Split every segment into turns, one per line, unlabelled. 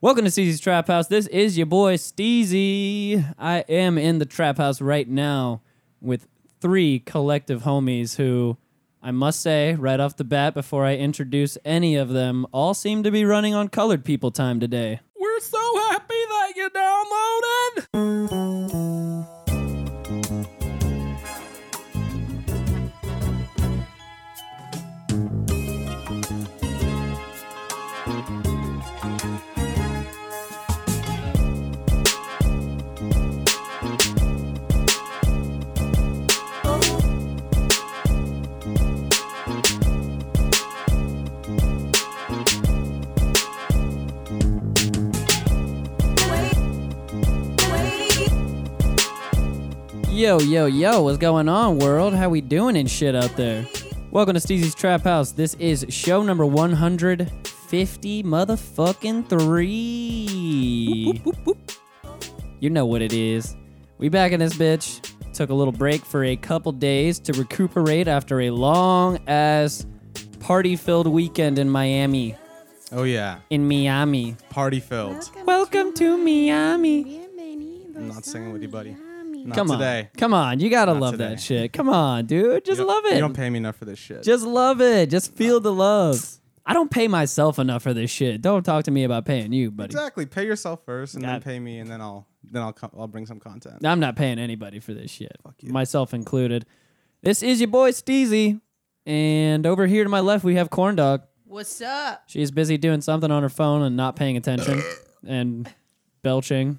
Welcome to Steezy's Trap House. This is your boy Steezy. I am in the trap house right now with three collective homies who I must say right off the bat before I introduce any of them all seem to be running on colored people time today.
We're so happy that you downloaded.
Yo, yo, yo, what's going on, world? How we doing and shit out there? Welcome to Steezy's Trap House. This is show number 150 motherfucking three. You know what it is. We back in this bitch. Took a little break for a couple days to recuperate after a long ass party filled weekend in Miami.
Oh yeah,
In Miami.
party filled.
Welcome to Miami.
I'm not singing with you, buddy. Not
Come on.
today.
Come on. You gotta
Not
love
today.
that shit. Come on, dude. Just
You don't-
love it.
You don't pay me enough for this shit.
Just love it. Just feel the love. I don't pay myself enough for this shit. Don't talk to me about paying you, buddy.
exactly. Pay yourself first, and then
God.
pay me, and then I'll then I'll co- I'll bring some content.
I'm not paying anybody for this shit,
you.
myself included. This is your boy Steezy, and over here to my left we have Corn Dog.
What's up?
She's busy doing something on her phone and not paying attention and belching,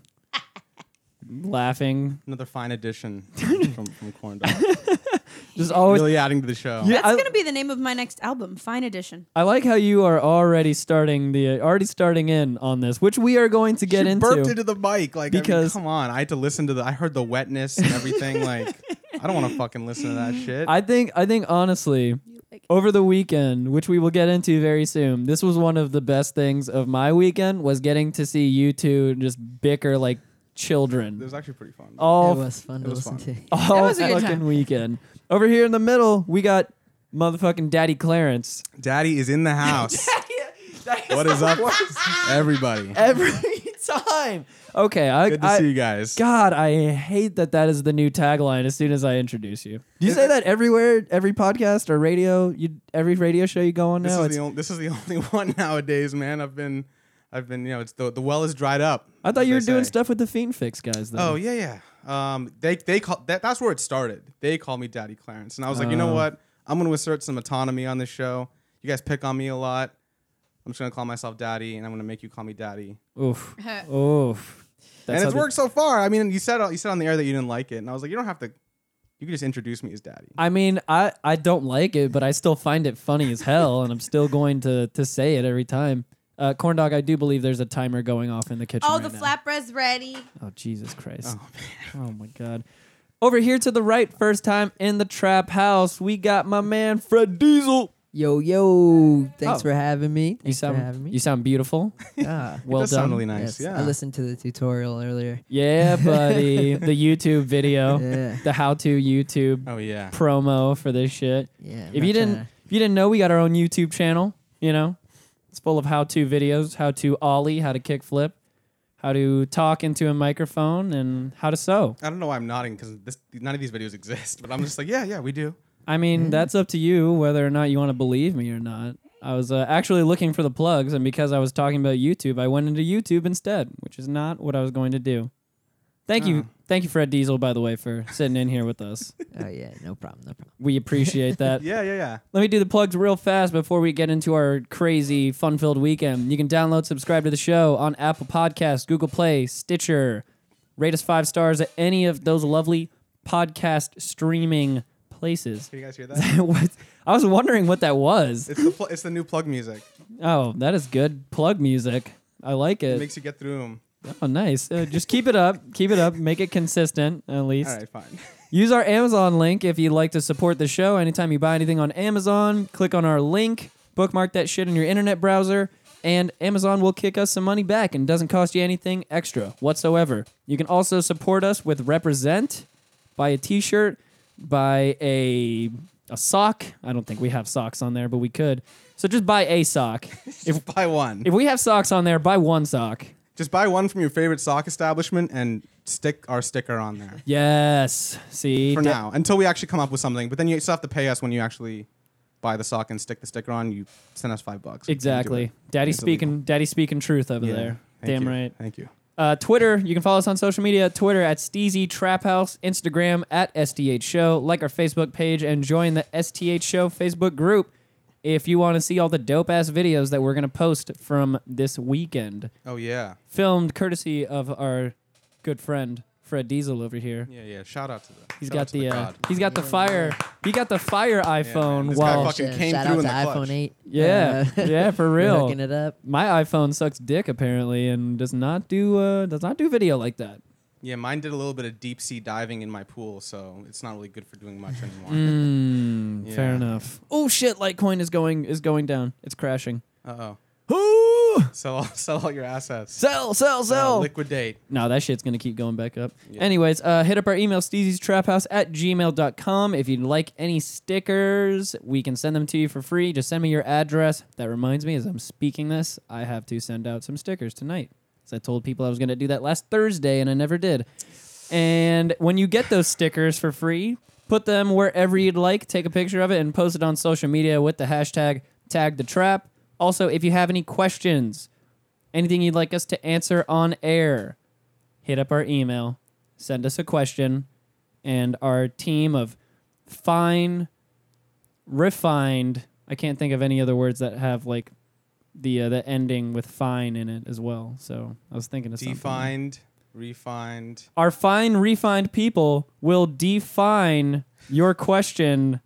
laughing,
Another fine addition from, from Corn Dog.
just always.
really adding to the show.
Yeah,
That's
I-
gonna be the name of my next album, Fine Edition.
I like how you are already starting the already starting in on this, which we are going to get
she
into.
burped into the mic like I mean,
Because-
come on. I had to listen to the. I heard the wetness and everything. like I don't want to fucking listen to that shit.
I think I think honestly, over the weekend, which we will get into very soon, this was one of the best things of my weekend was getting to see you two just bicker like
it
children.
was actually pretty fun.
All
It was fun to
was
listen
fun.
to.
all
was a good
fucking
time.
weekend. Over here in the middle, we got motherfucking Daddy Clarence.
Daddy is in the house. what is up, everybody?
Every time. Okay, I,
Good to
I-
see you guys.
God, I hate that that is the new tagline as soon as I introduce you. Do you say that everywhere, every podcast or radio, you every radio show you go on
This
now?
is
it's-
the only, this is the only one nowadays, man. I've been, I've been, you know, it's the the well is dried up.
I thought
as
you were
they
doing
say.
stuff with the Fiend Fix guys, though.
Oh yeah, yeah. Um, they they call that that's where it started. They called me Daddy Clarence, and I was like, you know
Oh.
what? I'm gonna assert some autonomy on this show. You guys pick on me a lot. I'm just gonna call myself Daddy, and I'm gonna make you call me Daddy.
Oof. Oof.
and it's
how they-
worked so far. I mean, you said you said on the air that you didn't like it, and I was like, you don't have to. You can just introduce me as Daddy.
I mean, I, I don't like it, but I still find it funny as hell, and I'm still going to, to say it every time. Uh, Corn Dog, I do believe there's a timer going off in the kitchen.
Oh,
right
the
now.
flatbread's ready.
Oh, Jesus Christ.
Oh,
Oh, my God. Over here to the right, first time in the trap house, we got my man Fred Diesel.
Yo, yo! Thanks
Oh.
for having me. Thanks
You
for having
sound,
me.
you sound beautiful.
yeah.
Well
does
done.
sound really nice.
Yes,
Yeah.
I listened to the tutorial earlier.
yeah, buddy. the YouTube video,
Yeah.
the how to YouTube
oh yeah.
promo for this shit.
Yeah. I'm
if you
not
didn't
tryna-
if you didn't know we got our own youtube channel you know it's full of how to videos how to ollie how to kickflip how to talk into a microphone and how to sew
I don't know why I'm nodding because none of these videos exist, but I'm just like, yeah, yeah, we do.
i mean that's up to you whether or not you want to believe me or not i was uh, actually looking for the plugs and because i was talking about youtube i went into youtube instead which is not what i was going to do thank you thank you fred diesel by the way for sitting in here with us
Oh yeah, no problem, no problem.
we appreciate that
Yeah, yeah, yeah.
Let me do the plugs real fast before we get into our crazy, fun filled weekend. You can download, subscribe to the show on Apple Podcasts, Google Play, Stitcher. Rate us five stars at any of those lovely podcast streaming places.
Can you guys hear that?
What- I was wondering what that was.
It's the pl- it's the new plug music.
Oh, that is good plug music. I like
It
it.
makes you get through them.
Oh, nice. Uh, just keep it up. Keep it up. Make it consistent, at least.
All right, fine.
Use our Amazon link if you'd like to support the show. Anytime you buy anything on Amazon, click on our link, bookmark that shit in your internet browser, and Amazon will kick us some money back and doesn't cost you anything extra whatsoever. You can also support us with Represent, buy a t shirt, buy a, a sock. I don't think we have socks on there, but we could. So just buy a sock.
If buy one,
if we have socks on there, buy one sock.
just buy one from your favorite sock establishment and stick our sticker on there
Yes. See.
for
da-
now until we actually come up with something. But then you still have to pay us when you actually buy the sock and stick the sticker on. You send us five bucks. We can't do
Exactly.
it.
Daddy
It's
speaking. Daddy speaking truth over
Yeah.
there.
Thank
Damn
you.
right.
Thank you.
Uh, Twitter, you can follow us on social media. Twitter at Steezy Trap House, Instagram at STH Show. Like our Facebook page and join the STH Show Facebook group if you want to see all the dope ass videos that we're going to post from this weekend.
Oh yeah,
Filmed courtesy of our good friend Fred Diesel over here.
yeah, yeah. Shout out to the.
He's
shout out
got
to
the, uh,
god.
he's got the fire he got the fire iPhone
this guy
while
fucking
Shit,
came
Shout
through
out
in the
to
clutch.
iPhone 8.
Yeah,
Uh,
yeah, for
we're
real.
Hooking it up.
my iPhone sucks dick apparently and does not do uh, does not do video like that.
Yeah, mine did a little bit of deep sea diving in my pool, so it's not really good for doing much anymore.
Mm, Fair
Yeah.
enough. Oh shit! Litecoin is going is going down. It's crashing.
Uh oh.
Ooh!
Sell all, sell all your assets.
Sell, sell,
Uh,
sell.
liquidate.
no, that shit's gonna keep going back up.
Yeah.
Anyways, uh, hit up our email steezystraphouse at gmail.com. If you'd like any stickers, we can send them to you for free. Just send me your address. That reminds me, as I'm speaking this, I have to send out some stickers tonight. 'Cause I told people I was gonna do that last Thursday and I never did. And when you get those stickers for free, put them wherever you'd like, take a picture of it, and post it on social media with the hashtag tag the trap. Also, if you have any questions, anything you'd like us to answer on air, hit up our email, send us a question, and our team of fine, refined, I can't think of any other words that have like the uh, the ending with fine in it as well. So I was thinking of something
Defined, refined.
our fine refined people will define your question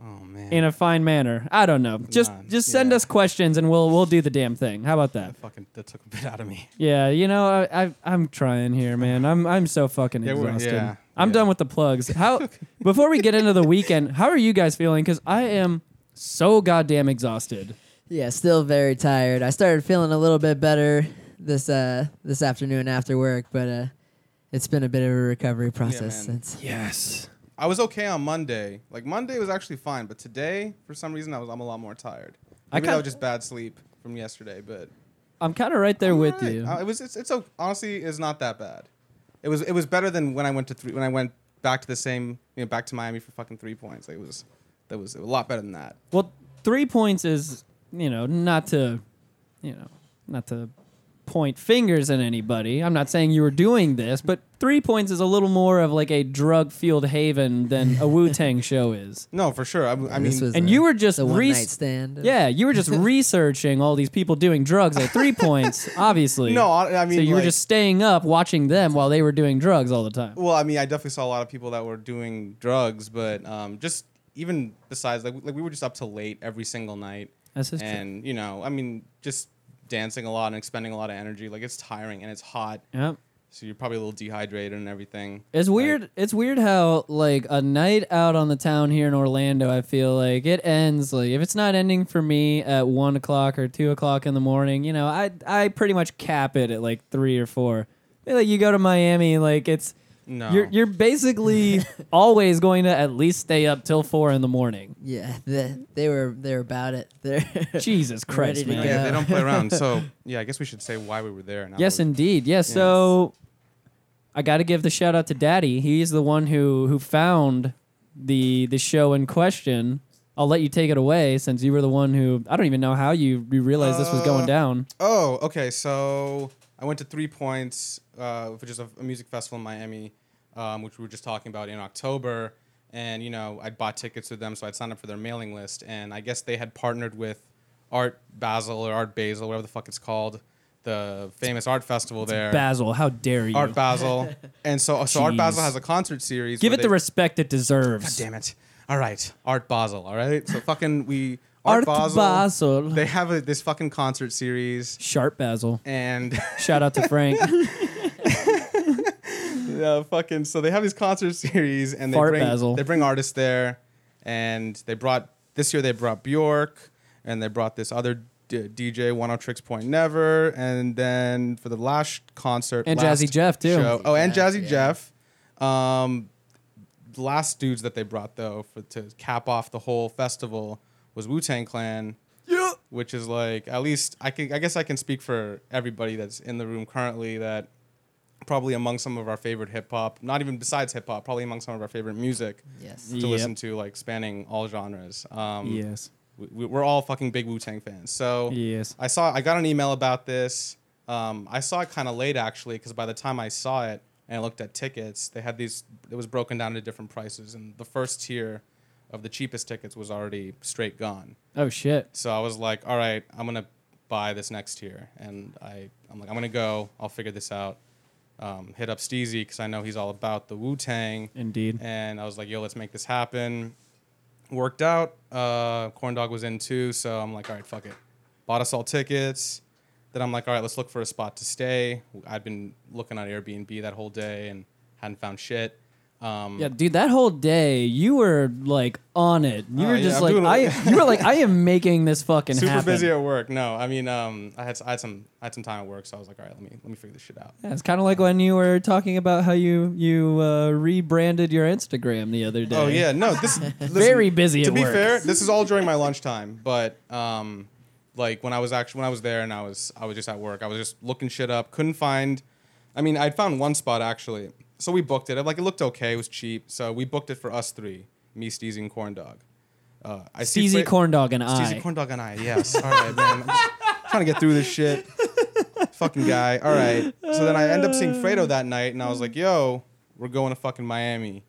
Oh man.
in a fine manner. I don't know. Just
on,
just send
yeah.
us questions and we'll we'll do the damn thing. How about that?
that fucking that took a bit out of me.
Yeah, you know, I, I I'm trying here, man. I'm I'm so fucking
Yeah, we're-
exhausted.
yeah,
I'm
yeah.
done with the plugs. How before we get into the weekend, how are you guys feeling cuz I am so goddamn exhausted.
Yeah, still very tired. I started feeling a little bit better this uh this afternoon after work, but uh it's been a bit of a recovery process
man.
since.
Yes.
I was okay on Monday. Like Monday was actually fine, but today, for some reason, I was I'm a lot more tired.
I
Maybe I that
kinda-
was just bad sleep from yesterday, but
I'm kind of right there
I'm
with
alright.
you.
Uh, it was it's, it's o- honestly it's not that bad. It was it was better than when I went to three when I went back to the same you know back to Miami for fucking three points. Like, it was that was a lot better than that.
Well, three points is you know not to, you know, not to point fingers at anybody. I'm not saying you were doing this, but three points is a little more of like a drug fueled haven than a Wu Tang show is.
No, for sure. I, I mean,
This was
And
a-
you were just
the one
re-
night stand.
Yeah, you were just researching all these people doing drugs at three points, obviously.
No, I- I mean,
so you were
like-
just staying up watching them while they were doing drugs all the time.
Well, I mean, I definitely saw a lot of people that were doing drugs, but um, just even besides, like, like we were just up till late every single night,
That's just true.
and you know, I mean, just dancing a lot and expending a lot of energy. Like it's tiring and it's hot,
Yep.
so you're probably a little dehydrated and everything.
It's
Like,
weird. it's weird how like a night out on the town here in Orlando. I feel like it ends like if it's not ending for me at one o'clock or two o'clock in the morning. You know, I I pretty much cap it at like three or four. Like you go to Miami, like it's
no,
you're you're basically always going to at least stay up till four in the morning.
Yeah, the, they were they were about it. They're
Jesus
Ready
Christ,
to
man.
yeah, they
Yeah.
don't play around. So yeah, I guess we should say why we were there. and not
Yes,
what we-
indeed. Yes.
Yes.
So I got to give the shout out to Daddy. He's the one who who found the the show in question. I'll let you take it away since you were the one who I don't even know how you, you realized this was going
Uh,
down.
Oh, okay. So I went to Three Points, uh, which is a, a music festival in Miami, um, which we were just talking about in October. And you know, I bought tickets with them, so I'd signed up for their mailing list. And I guess they had partnered with Art Basel or Art Basel, whatever the fuck it's called, the famous art festival there.
Basil, how dare you?
Art Basel. and so, so Art Basel
Jeez.
has a concert series.
give
where
it the
they-
respect it
God
deserves.
damn it. All right, Art Basel. All right. So fucking we
Art
Art, Basel.
Basel.
They have a, this fucking concert series.
Sharp Basil.
And
Shout out to Frank.
Yeah, fucking. So they have these concert series, and they
Fart
bring
Basel.
they bring artists there, and they brought this year they brought Bjork, and they brought this other d- DJ One O Tricks Point Never, and then for the last concert
And
last
Jazzy Jeff, too.
show- oh, and
Jeff,
Jazzy
yeah.
Jeff. Um, the last dudes that they brought though for to cap off the whole festival was Wu Tang Clan. Yeah. which is like at least I can I guess I can speak for everybody that's in the room currently that probably among some of our favorite hip hop, not even besides hip hop, probably among some of our favorite music
Yes.
to
Yep.
listen to, like spanning all genres. Um,
yes.
we- we, we're all fucking big Wu Tang fans. So
Yes.
I saw I got an email about this. Um, I saw it kind of late actually because by the time I saw it and I looked at tickets, they had these. It was broken down into different prices, and the first tier of the cheapest tickets was already straight gone.
Oh shit.
So I was like, all right, I'm gonna buy this next tier, and I I'm like I'm gonna go. I'll figure this out. Um, hit up Steezy because I know he's all about the Wu Tang
Indeed.
and I was like, "Yo, let's make this happen." Worked out. Uh, Corn Dog was in too, so I'm like, "All right, fuck it." Bought us all tickets. Then I'm like, "All right, let's look for a spot to stay." I'd been looking on Airbnb that whole day and hadn't found shit. Um,
Yeah, dude, that whole day you were like on it. You
Oh,
were
yeah,
just
I'm
like
doing a-
I. You were like I am making this fucking
super
happen.
busy at work. No, I mean, um, I had I had some I had some time at work, so I was like, "All right, let me let me figure this shit out."
Yeah, it's kind of like when you were talking about how you you uh, rebranded your Instagram the other day.
Oh yeah, no, this
very busy.
to
at
be
work.
fair, this is all during my lunchtime. But um, like when I was actually when I was there and I was I was just at work, I was just looking shit up. Couldn't find. I mean, I'd found one spot actually, so we booked it. Like it looked okay, it was cheap, so we booked it for us three: me, Steezy, and Corn Dog. Uh, I see
Steezy
Fra-
corn dog and
Steezy,
I.
Corn Dog, and I. Yes. All right, man. I'm just trying to get through this shit. fucking guy. All right. So then I end up seeing Fredo that night, and I was like, "Yo, we're going to fucking Miami,"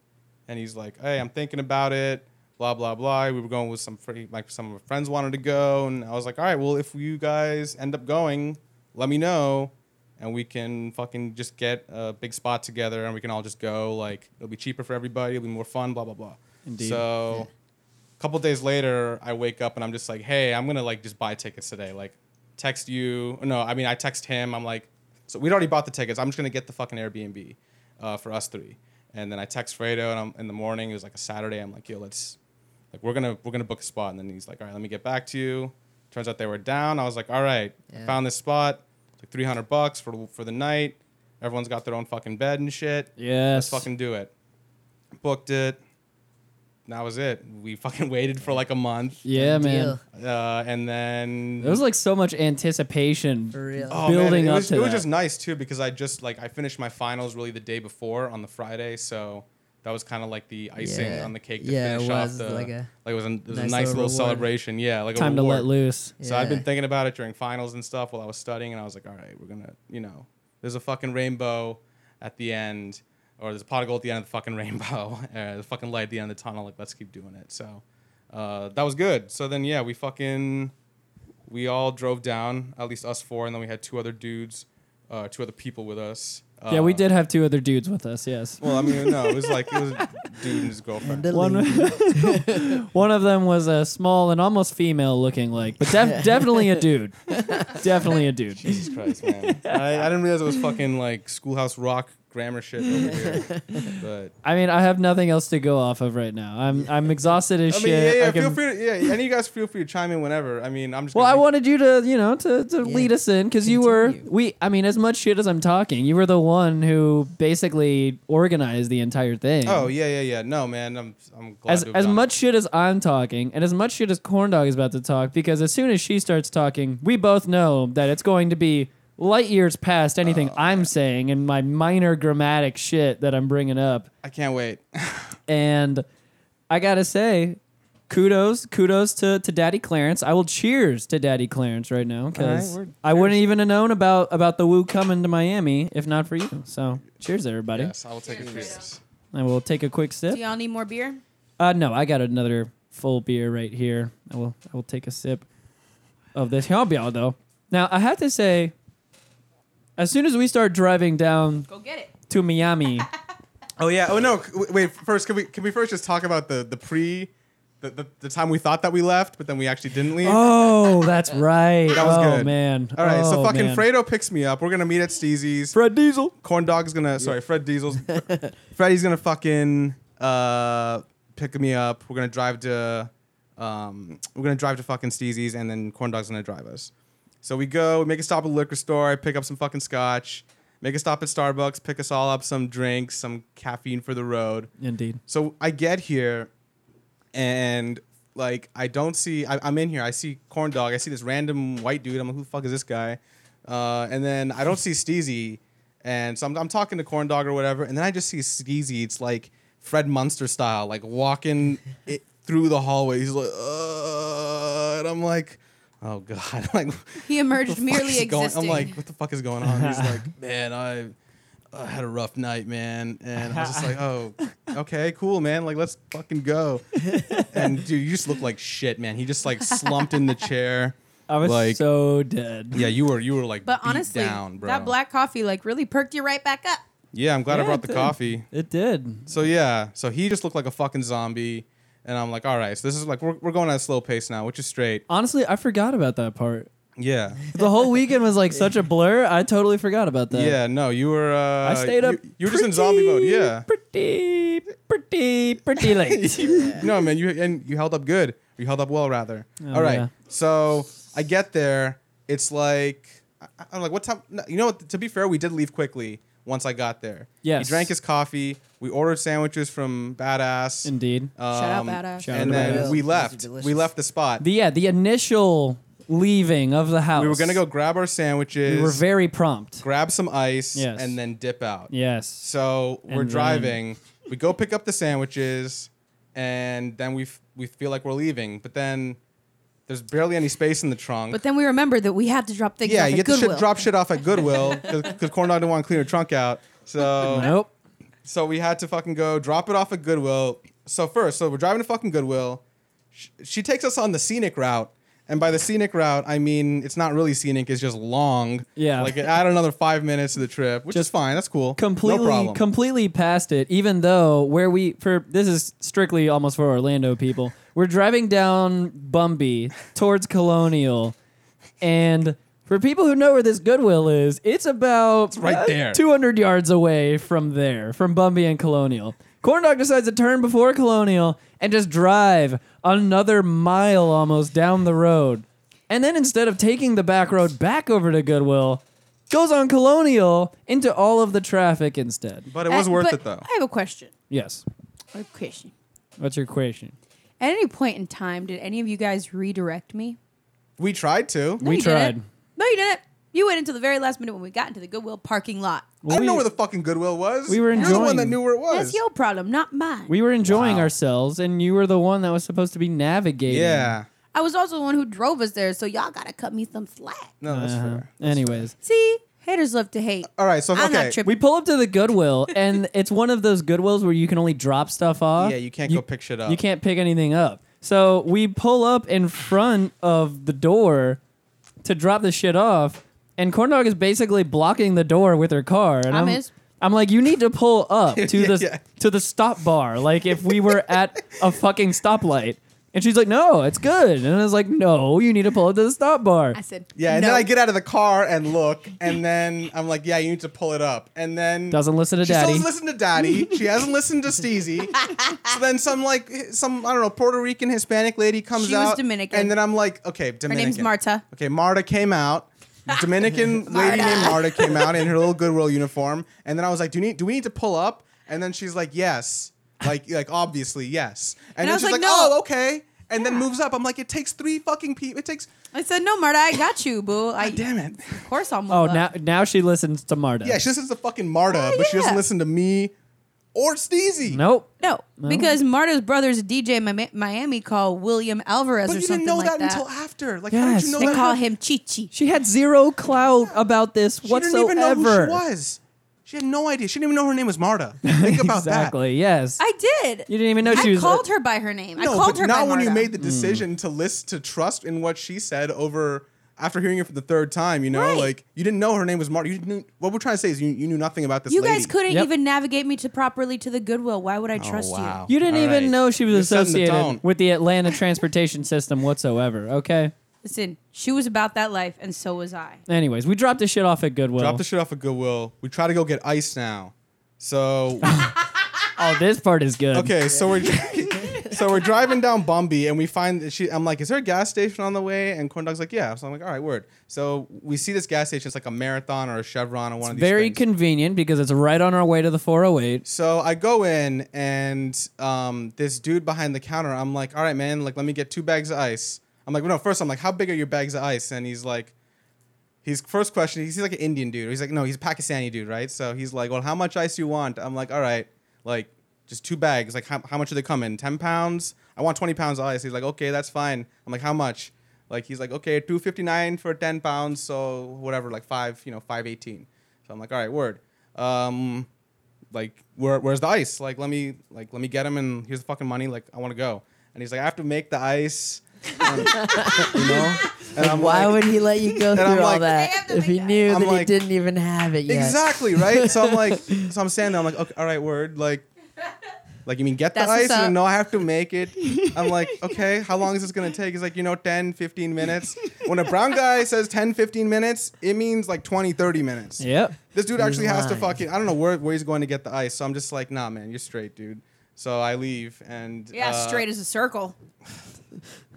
and he's like, "Hey, I'm thinking about it." Blah blah blah. We were going with some free, like some of our friends wanted to go, and I was like, "All right, well, if you guys end up going, let me know." And we can fucking just get a big spot together, and we can all just go. Like it'll be cheaper for everybody. It'll be more fun. Blah blah blah.
Indeed.
So, couple days later, I wake up and I'm just like, hey, I'm gonna like just buy tickets today. Like, text you. No, I mean, I text him. I'm like, so we'd already bought the tickets. I'm just gonna get the fucking Airbnb uh, for us three. And then I text Fredo and I'm, in the morning. It was like a Saturday. I'm like, yo, let's like we're gonna we're gonna book a spot. And then he's like, all right, let me get back to you. Turns out they were down. I was like, all right, I
Yeah.
found this spot. It's like 300 bucks for for the night. Everyone's got their own fucking bed and shit.
Yes.
Let's fucking do it. Booked it. And That was it. We fucking waited for like a month.
yeah,
Good
man.
deal.
Uh, and then
There was like so much anticipation.
For real.
Oh,
building
it
up
was,
to
It was
that.
just nice too because I just like I finished my finals really the day before on the Friday, so that was kind of like the icing
Yeah.
on the cake to
Yeah, it
finish
was
off the
like a
it was a, it was
nice
a nice
little
little,
reward.
celebration. Yeah, like
Time
a
to
reward.
let loose.
So I've been
Yeah.
thinking about it during finals and stuff while I was studying, and I was like, all right, we're gonna, you know, there's a fucking rainbow at the end, or there's a pot of gold at the end of the fucking rainbow, uh, the fucking light at the end of the tunnel. Like, let's keep doing it. So uh, that was good. So then, yeah, we fucking, we all drove down, at least us four, and then we had two other dudes, uh, two other people with us. Uh,
yeah, we did have two other dudes with us. Yes.
Well, I mean, no, it was like it was a dude and his girlfriend.
And a
One, one of them was a small and almost female looking like, but def- definitely a dude. definitely a dude.
Jesus Christ, man! I, I didn't realize it was fucking like Schoolhouse Rock grammar shit over here, but.
I mean, I have nothing else to go off of right now. I'm I'm exhausted as
I mean,
shit.
yeah, yeah.
I can-
feel free. To, yeah, any of you guys feel free to chime in whenever. I mean, I'm just.
well, I
gonna be-
wanted you to, you know, to, to lead us in because you were
Continue.
we. I mean, as much shit as I'm talking, you were the one who basically organized the entire thing.
Oh yeah, yeah, yeah. No, man, I'm. I'm glad.
as
to have
as
done
much shit as I'm talking, and as much shit as Corndog is about to talk, because as soon as she starts talking, we both know that it's going to be light years past
Oh,
anything I'm saying and my minor grammatic shit that I'm bringing up.
it. I can't wait.
And I gotta say, kudos, kudos to, to Daddy Clarence. I will cheers to Daddy Clarence right now because
All right, we're-
I wouldn't even have known about about the Woo coming to Miami if not for you. So cheers, everybody.
yes, I will take a piece.
I will take a quick sip.
Do y'all need more beer?
Uh, no, I got another full beer right here. I will I will take a sip of this Hyunbyao though. Now I have to say, as soon as we start driving down
Go get it.
to Miami,
Oh yeah. Oh no. c- w- Wait. First, can we can we first just talk about the the pre, the, the, the time we thought that we left, but then we actually didn't leave.
oh, that's right. That
was
oh
good.
man.
All right. so
Oh,
fucking
man.
Fredo picks me up. We're gonna meet at Steezy's.
Fred Diesel.
Corn Dog's gonna sorry, Fred Diesel's Freddy's gonna fucking uh pick me up. We're gonna drive to um we're gonna drive to fucking Steezy's and then Corn Dog's gonna drive us. So we go, we make a stop at the liquor store, I pick up some fucking scotch, make a stop at Starbucks, pick us all up some drinks, some caffeine for the road.
Indeed.
So I get here and like I don't see. I, I'm in here. I see corn dog. I see this random white dude. I'm like, who the fuck is this guy? Uh, and then I don't see Steezy, and so I'm, I'm talking to corn dog or whatever. And then I just see Steezy. It's like Fred Munster style, like walking it through the hallway. He's like, uh, and I'm like. Oh God! Like
He
what
emerged
the fuck
merely
is going-
existing.
I'm like, what the fuck is going on? He's like, man, I, I had a rough night, man. And I was just like, oh, okay, cool, man. Like, let's fucking go. And dude, you just look like shit, man. He just like slumped in the chair.
I was
like,
so dead.
yeah, you were, you were like,
but
beat
honestly,
down, bro.
that black coffee like really perked you right back up.
Yeah, I'm glad
Yeah,
I brought the
dude.
coffee.
It did.
So yeah, so he just looked like a fucking zombie. And I'm like, all right, so this is like we're, we're going at a slow pace now, which is straight.
Honestly, I forgot about that part.
Yeah,
The whole weekend was like such a blur. I totally forgot about that.
yeah. No, you were. Uh,
I stayed
you-
up.
You, were just in zombie mode.
pretty,
Yeah.
Pretty, pretty, pretty late.
No, man, you and you held up good. You held up well, rather.
Oh,
All right.
yeah.
So I get there. It's like I- I'm like, what time? no, You know what? To be fair, we did leave quickly once I got there.
Yes.
He drank his coffee. We ordered sandwiches from Badass.
Indeed.
Um,
Shout out Badass.
Shout
and
out to
then
Badass.
we
Those are
left. We
delicious.
left the spot.
The yeah, the initial leaving of the house.
we were gonna go grab our sandwiches.
We were very prompt.
grab some ice
Yes.
and then dip out.
Yes.
So we're
then-
driving. we go pick up the sandwiches, and then we f- we feel like we're leaving, but then there's barely any space in the trunk.
But then we remembered that we had to drop things
yeah,
off
you
at
get to
Goodwill.
shit, drop shit off at Goodwill because Corn Dog didn't want to clean her trunk out. So
Nope.
so we had to fucking go drop it off at Goodwill. So first, so we're driving to fucking Goodwill. She, she takes us on the scenic route. And by the scenic route, I mean it's not really scenic; it's just long.
Yeah.
like add another five minutes to the trip, which is fine. That's cool.
Completely,
no problem.
completely past it. Even though where we for this is strictly almost for Orlando people. We're driving down Bumby towards Colonial, and for people who know where this Goodwill is, it's about uh,
right there.
two hundred yards away from there, from Bumby and Colonial. Corn Dog decides to turn before Colonial and just drive another mile almost down the road. And then instead of taking the back road back over to Goodwill, goes on Colonial into all of the traffic instead.
But it was
Uh,
worth
but
it though.
I have a question.
Yes.
A question.
What's your question?
At any point in time, did any of you guys redirect me?
We tried to.
We
you didn't.
tried.
No, you didn't. You waited until the very last minute when we got into the Goodwill parking lot.
I didn't
we,
know where the fucking Goodwill was.
we were
You're the one
enjoying-
that knew where it was.
That's your problem, not mine.
we were enjoying
Wow.
ourselves, and you were the one that was supposed to be navigating.
yeah.
I was also the one who drove us there, so y'all gotta cut me some slack.
No, that's
Uh-huh.
fair.
Anyways,
See, haters love to hate.
All right, so
I'm not
okay.
tripping.
we pull up to the Goodwill, and it's one of those Goodwills where you can only drop stuff off.
yeah, you can't go pick shit up.
You can't pick anything up. So we pull up in front of the door to drop the shit off, and Corndog is basically blocking the door with her car. And
I'm
I'm,
his-
I'm like, you need to pull up to
Yeah,
the
yeah.
to the stop bar, like if we were at a fucking stoplight. And she's like, no, it's good. And I was like, no, you need to pull up to the stop bar.
I said,
Yeah, and
no.
then I get out of the car and look, and then I'm like, yeah, you need to pull it up. And then
Doesn't listen to
she
daddy.
She doesn't listen to daddy. she hasn't listened to Steezy. so then some like some I don't know Puerto Rican Hispanic lady comes
She was
out.
Dominican.
And then I'm like, okay, Dominican.
name's Marta.
Okay, Marta came out. Dominican lady named Marta came out in her little Goodwill uniform. And then I was like, do we need, do we need to pull up? And then she's like, yes. Like like obviously yes. And,
And I
then
was
she's like,
like, no.
oh okay. And then moves up. I'm like, it takes three fucking people. It takes.
I said, no, Marta, I got you, boo. I,
Damn it.
Of course I'll move
oh,
up.
now now she listens to Marta.
Yeah, she listens to fucking Marta,
Oh,
but she
yeah.
doesn't listen to me or Steezy.
Nope.
No, because Marta's brother's a DJ in Mi- Miami called William Alvarez
But
or
you
something
didn't know that,
like that.
until after. Like, how
Yes.
did you know
they
that?
call him Chichi.
She had zero clout about this
she
whatsoever.
didn't even know who she was. She had no idea. She didn't even know her name was Marta. Think about
Exactly. Yes.
I did.
You didn't even know
I
she was a-
called her by her name.
that. No,
I called
but
her
not
by
when you
Marta.
made the decision to list to trust in what she said over after hearing it for the third time. You know,
Right.
like you didn't know her name was Marta. You knew what we're trying to say is you, you knew nothing about this.
You
lady.
guys couldn't
Yep.
even navigate me to properly to the Goodwill. Why would I
Oh,
trust
wow.
You didn't
All
even
right.
know she was
You're setting the
associated
tone.
with the Atlanta transportation system whatsoever. Okay.
you? Listen, she was about that life, and so was I.
Anyways, we dropped this shit off at Goodwill.
Drop the shit off at Goodwill. We try to go get ice now. So
oh, this part is good.
okay, so we're so we're driving down Bumby and we find that she. I'm like, is there a gas station on the way? And Corn Dog's like, yeah. So I'm like, all right, word. So we see this gas station. It's like a Marathon or a Chevron or one of these.
Very
things.
convenient because it's right on our way to the 408.
So I go in and um, this dude behind the counter, I'm like, all right, man, like let me get two bags of ice. I'm like, no, first I'm like, how big are your bags of ice? And he's like, his first question, he's like an Indian dude. He's like, no, he's a Pakistani dude, right? So he's like, well, how much ice do you want? I'm like, all right, like just two bags. Like, how, how much do they come in? 10 pounds? I want 20 pounds of ice. He's like, okay, that's fine. I'm like, how much? Like, he's like, okay, 259 for 10 pounds. So whatever, like five, you know, 518. So I'm like, all right, word. Um, like where, where's the ice like let me like let me get him and here's the fucking money like i want to go and he's like i have to make the ice and, you know and i'm
Why
like
would he let you go
And
through
I'm
all
like-
They
that
have uh, to
if he
make
knew
I'm
that he
like-
didn't even have it yet?
exactly right so i'm like so i'm standing there i'm like okay, all right word like like you mean get the
That's what's
ice and
up.
no i have to make it i'm like okay how long is this gonna take he's like you know 10 15 minutes when a brown guy says 10 15 minutes it means like 20 30 minutes
Yep.
This dude actually has to
lying.
fucking. I don't know where, where he's going to get the ice. So I'm just like, nah, man, you're straight, dude. So I leave and
Yeah,
uh,
straight as a circle.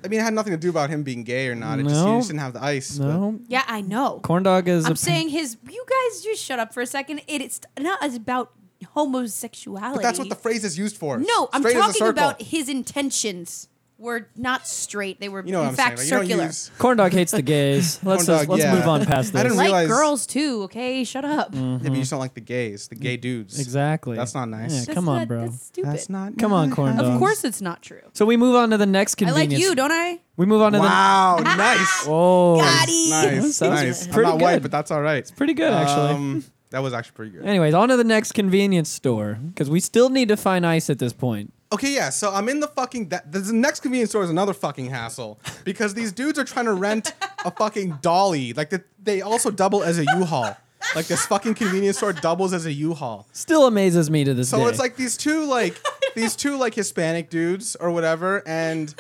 I mean, it had nothing to do about him being gay or not. It just, he
No.
just didn't have the ice. but-
No.
Yeah, I know.
Corn dog is
I'm
a
saying his. You guys just shut up for a second. It, it's not as about homosexuality.
but, that's what the phrase is used for.
No, I'm
Straight as a
talking
circle.
about his intentions were not straight. They were
You know what
in
I'm
fact
saying? Like, you don't
circular.
use-
Corn dog hates the gays. Let's
Corn dog,
let's
yeah.
move on past this.
I didn't
like
realize- Mm,
girls too, okay? Shut up.
yeah, but you just don't like the gays, the gay dudes.
exactly.
That's not nice.
Yeah,
That's
come on,
not-
bro.
That's stupid.
That's not.
Come on, corn
Of
dog.
course it's not true.
So we move on to the next
I like
convenience.
you, don't I?
We move on to
Wow, nice,
the. Oh,
Got it.
nice,
That was
nice. I'm
pretty
not white,
good.
but that's all right.
pretty good actually.
Um, that was actually pretty good.
Anyways, on to the next convenience store because we still need to find ice at this point.
Okay, yeah. So I'm in the fucking. That, the the next convenience store is another fucking hassle because these dudes are trying to rent a fucking dolly. Like the, they also double as a U-Haul. Like this fucking convenience store doubles as a U-Haul.
Still amazes me to this
So
day.
it's like these two like these two like Hispanic dudes or whatever, and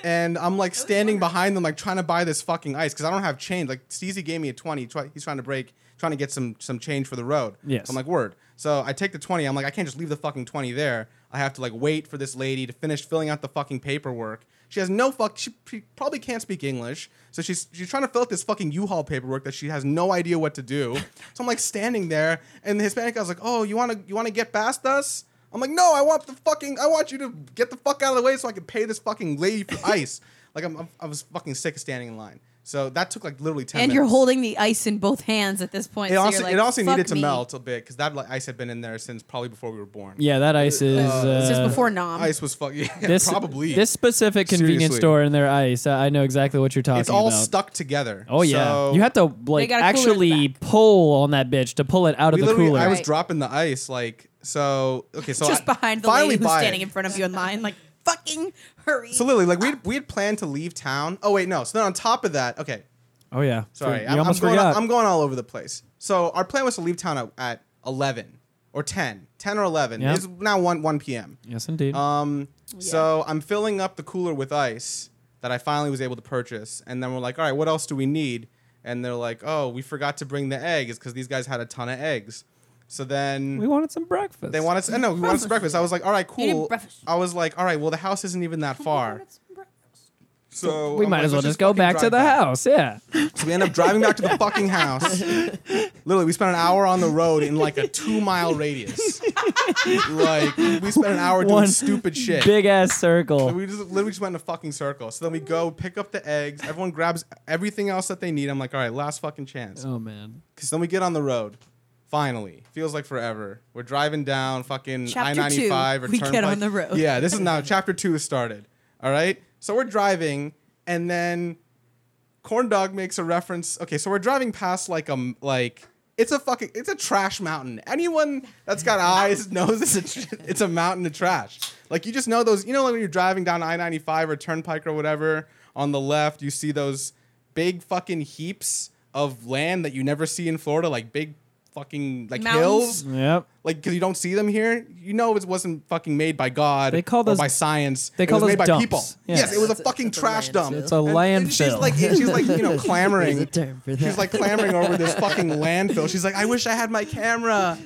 and I'm like standing behind them like trying to buy this fucking ice because I don't have change. Like Steezy gave me a twenty. Try, he's trying to break, trying to get some some change for the road.
Yes.
So I'm like word. So I take the twenty. I'm like I can't just leave the fucking twenty there. I have to like wait for this lady to finish filling out the fucking paperwork. She has no fuck. She p- probably can't speak English, so she's she's trying to fill out this fucking U-Haul paperwork that she has no idea what to do. So I'm like standing there, and the Hispanic guy's like, "Oh, you wanna you wanna get past us?" I'm like, "No, I want the fucking I want you to get the fuck out of the way so I can pay this fucking lady for ice." like I'm, I'm I was fucking sick of standing in line, so that took like literally ten.
And you're
minutes.
holding the ice in both hands at this point.
It
so
also
you're like,
it also
"Fuck
needed to
me."
melt a bit because that like, ice had been in there since probably before we were born.
yeah, that ice is. Uh,
This is before Nom.
Ice was fucking yeah,
this,
probably
this specific convenience
Seriously.
store and their ice. I I know exactly what you're talking
it's all
about.
stuck together.
Oh yeah,
So
you had to like
got a cooler in the
actually
back.
pull on that bitch to pull it out of
we
the
literally,
cooler.
I was
Right.
dropping the ice like so. Okay, so
just
I
behind the
finally
lady who's
buy
standing
it.
in front of you in line, like fucking hurry.
So literally, like we we had planned to leave town. Oh wait, no. So then on top of that, okay,
oh yeah,
sorry,
you
I'm,
almost
I'm going,
forgot.
I'm going all over the place. So our plan was to leave town at, at 11 or 10, 10 or 11.
Yeah.
It's now 1 1 p.m.
yes, indeed.
Um, so I'm filling up the cooler with ice that I finally was able to purchase, and then we're like, all right, what else do we need? And they're like, oh, we forgot to bring the eggs because these guys had a ton of eggs. So then
we wanted some breakfast.
They wanted to, no, we wanted some breakfast. I was like, all right,
You need
cool.
breakfast.
I was like, all right, well, the house isn't even that far. So
we
I'm
might
like,
as well
let's
just go
fucking
back to
drive
the house. Yeah.
So we end up driving back to the fucking house. Literally, we spent an hour on the road in like a two mile radius. like, we spent an hour doing
One
stupid shit.
Big ass
So
circle.
we just literally just went in a fucking circle. So then we go pick up the eggs. Everyone grabs everything else that they need. I'm like, all right, last fucking chance.
Oh man.
Because then we get on the road. Finally, feels like forever. We're driving down fucking I
Chapter
ninety five or
two, we
turnpike.
get on the road.
Yeah, this is now chapter two has started. All right, so we're driving, and then Corn Dog makes a reference. Okay, so we're driving past like um like it's a fucking it's a trash mountain. Anyone that's got eyes knows it's a tr- it's a mountain of trash. Like you just know those. You know like when you're driving down I ninety five or Turnpike or whatever on the left, you see those big fucking heaps of land that you never see in Florida, like big fucking like
Mountains.
hills
Yep.
like because you don't see them here, you know it wasn't fucking made by God.
They call
or
those-
by science.
they
It
call
was made
those
by
dumps.
people.
Yeah.
Yes, it was a
It's a-
fucking
it's a
trash dump.
landfill.
It's a
And- and she's
landfill.
like she's like you know
There's a
clamoring.
term for that.
She's like clamoring over this fucking landfill. She's like, I wish I had my camera.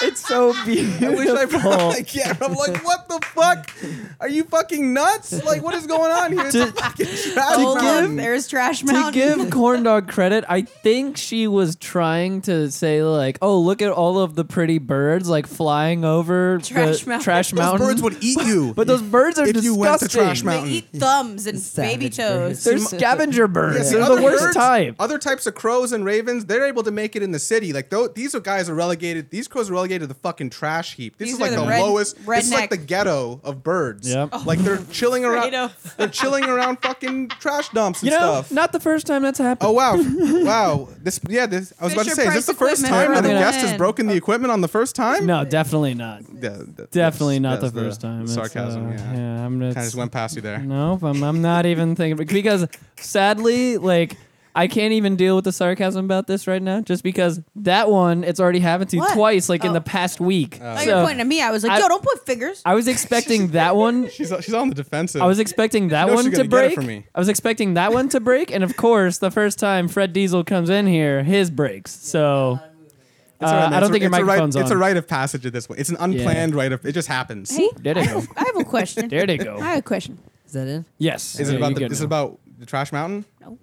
It's so beautiful.
I wish I brought my camera. I'm like, what the fuck? Are you fucking nuts? Like, what is going on here? It's
To-
a fucking
to
trash
give-
mountain.
There's Trash
to
Mountain.
give corn dog credit, I think she was trying to say like, "Oh, look at all of the pretty birds like flying over
Trash
the
Mountain.
trash
Those
mountain."
would eat you.
but those birds are
If
disgusting.
you went to Trash
they
Mountain.
eat thumbs and
Savage
baby toes.
They're scavenger birds.
Yeah, see,
They're
other
the worst
birds-
type.
Other types of crows and ravens, they're able to make it in the city. Like tho- these are guys are relegated. These crows are relegated to the fucking trash heap. This
These
is
are
like
the
the,
red-
lowest. This is like
redneck-
the ghetto of birds.
Yep. Oh,
Like they're chilling around.
afraid of.
They're chilling around fucking trash dumps and
You know,
stuff.
not the first time that's happened.
Oh wow, wow! This yeah, this I was about to
Fisher
say, is this the
Price
first
equipment
time that a
running.
guest has broken the equipment on the first time?
No, definitely not.
Yeah, that-
Definitely
that's-
not the
that's
first time. It's,
Sarcasm.
uh,
yeah,
yeah. I'm
kind of just went past you there.
No, I'm, I'm not even thinking because sadly, like I can't even deal with the sarcasm about this right now, just because that one it's already happened to you
What?
twice, like in
Oh.
the past week.
Oh,
So,
you're pointing at me. I was like,
I-
yo, don't point fingers.
I was expecting that one.
She's she's on the defensive.
I was expecting that
knows
one to
she's gonna get
break.
it from me.
I was expecting that one to break, and of course, the first time Fred Diesel comes in here, his breaks. So
It's all right,
uh,
man.
I
It's
don't
a-
think your
it's a
microphone's
right, It's a
on.
rite of passage at this point. It's an unplanned rite of. It just happens.
Hey,
There
I
they
have, I have a question.
There they go.
I have a question.
Is that in?
Yes.
Is it
Yeah,
about
you
the,
get
is
it.
it about the trash mountain?
No.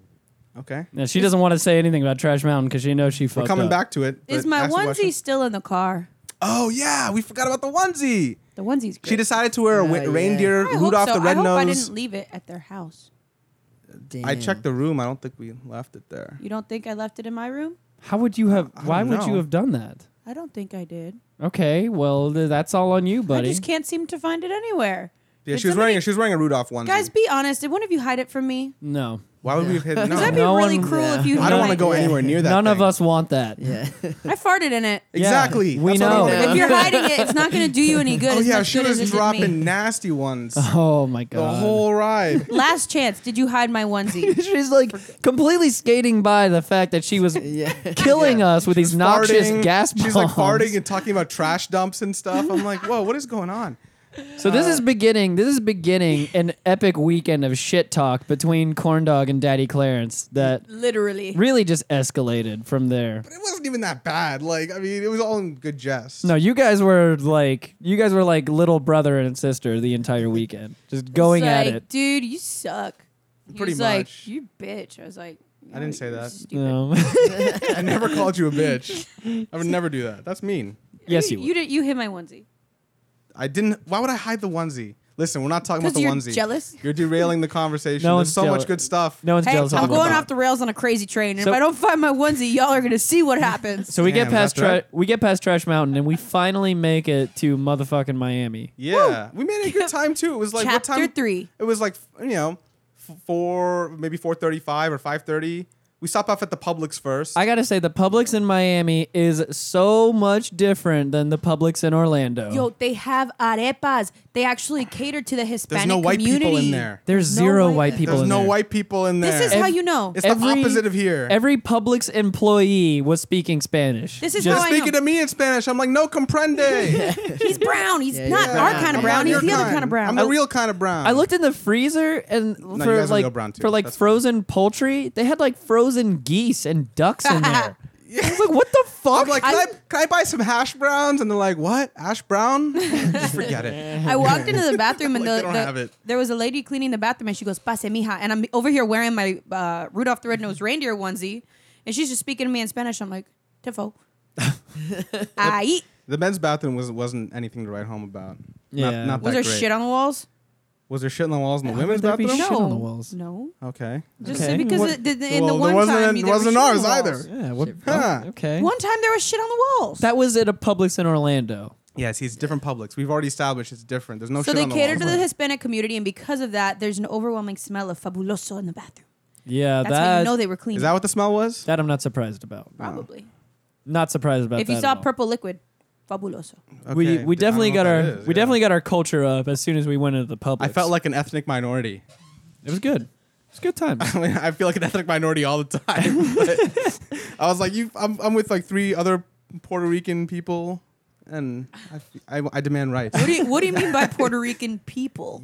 Okay.
Now, she doesn't want to say anything about Trash Mountain because she knows she fucked
We're coming
up.
back to it.
Is
but
my
ask the
onesie
question.
still in the car?
Oh yeah, we forgot about the onesie.
The onesie's great.
She decided to wear a
Oh,
wi-
yeah.
reindeer
I hope
Rudolph
so.
the Red
I hope I
Nose.
didn't leave it at their house.
Damn.
I checked the room. I don't think we left it there.
You don't think I left it in my room?
How would you have?
I don't
Why would you
know.
have done that?
I don't think I did.
Okay, well th- that's all on you,
I
buddy.
just can't seem to find it anywhere.
Yeah,
Did
she was
somebody-
wearing she was wearing a Rudolph onesie.
Guys, be honest. Did one of you hide it from me?
no,
Why would we have hidden? No,
Because that'd be
No
really
one-
cruel
Yeah.
if you.
I
hid
don't want
my-
to go anywhere near that.
none of
thing.
us want that.
Yeah.
I farted in it.
Exactly.
Yeah, we
That's what I
know.
wanna-
If you're hiding it, it's not going to do you any good.
Oh
It's
yeah,
not
she
good
was
as it did me.
dropping nasty ones
Oh my
the
god.
whole ride.
Last chance. Did you hide my onesie?
She's like completely skating by the fact that she was
Yeah.
killing us with these noxious
farting.
gas bombs.
She's like farting and talking about trash dumps and stuff. I'm like, whoa, what is going on?
so
uh,
this is beginning. This is beginning an epic weekend of shit talk between Corndog and Daddy Clarence that
Literally.
really just escalated from there.
It wasn't even that bad. Like, I mean, it was all in good jest.
No, you guys were like you guys were like little brother and sister the entire weekend, just going
He's
at
like,
it.
Dude, you suck. He
Pretty
was
much.
Like, you bitch. I was like,
I didn't say
"You're
that."
stupid."
No.
I never called you a bitch. I would never do that. That's mean.
yes,
You,
you.
you did. You hit my onesie.
I didn't. Why would I hide the onesie? Listen, we're not talking about
'Cause
the
you're
onesie.
jealous.
You're derailing the conversation.
No
There's
one's
so
jealous.
much good stuff.
No one's
Hey, I'm
jealous.
going
of that.
about.
off the rails on a crazy train, and
So-
if I don't find my onesie, y'all are gonna see what happens.
So we get
Damn,
past
that's right.
tra- we get past Trash Mountain and we finally make it to motherfucking Miami.
Yeah, we made a good time too. It was like
Chapter
what time?
three.
It was like you know, f- four maybe four thirty-five or five thirty. We stop off at the Publix first.
I gotta say the Publix in Miami is so much different than the Publix in Orlando.
Yo, they have arepas. They actually cater to the Hispanic
Oh. There's no white
community.
people in there.
There's
no
zero
white-
white people.
There's
in
no
there.
white people in there.
This is how
Ev-
you know.
It's the opposite of here.
Every Publix employee was speaking Spanish.
This is
Just-
how I
Speaking
know.
to me in Spanish, I'm like, no comprende.
He's brown. He's
Yeah,
not
yeah,
our
yeah.
kind
I'm
of brown.
not
He's
your
the other kind of brown.
I'm the real kind of brown.
I looked in the freezer and
you
for
guys are
like
real brown too.
for like
That's fine.
frozen poultry, they had like frozen geese and ducks in there. I was like, what the fuck?
I'm like, can I, can I buy some hash browns? And they're like, what? Ash brown? Just forget it.
I walked into the bathroom and
Like,
the,
they don't
the-
have it.
there was a lady cleaning the bathroom and she goes, "Pase, mija," and I'm over here wearing my uh, Rudolph the Red-Nosed Reindeer onesie, and she's just speaking to me in Spanish. I'm like, "Tifo, I eat."
The men's bathroom was, wasn't anything to write home about. Not-
Yeah.
Not, that
Was there
great.
shit on the walls?
Was there shit on the walls in the women's
there be
bathroom?
shit?
no,
on the walls.
No,
Okay.
just
Okay.
because
What-
it, the, the, in
Well,
the
there
one
wasn't-
time
it
there was
wasn't
shit on
ours
the walls.
either.
yeah, what,
Huh.
oh, okay.
One time there was shit on the walls.
That was at a Publix in Orlando.
Yeah, see, it's different Publix. We've already established it's different. There's no
so
shit
they
on the
cater to
walls.
the Hispanic community, and because of that, there's an overwhelming smell of fabuloso in the bathroom.
Yeah,
That's
that
how you know they were clean.
Is that what the smell was?
that I'm not surprised about.
Probably.
Not surprised about
If
that.
you
at
saw
all.
purple liquid, fabuloso.
we
Okay,
we
I don't
definitely
know what
got our
that is,
we
yeah.
definitely got our culture up as soon as we went into the Publix.
I felt like an ethnic minority.
it was good. It was a good time.
I, mean, I feel like an ethnic minority all the time. but I was like, you, I'm, I'm with like three other Puerto Rican people, and I, I, I demand rights.
What do you What do you mean by Puerto Rican people?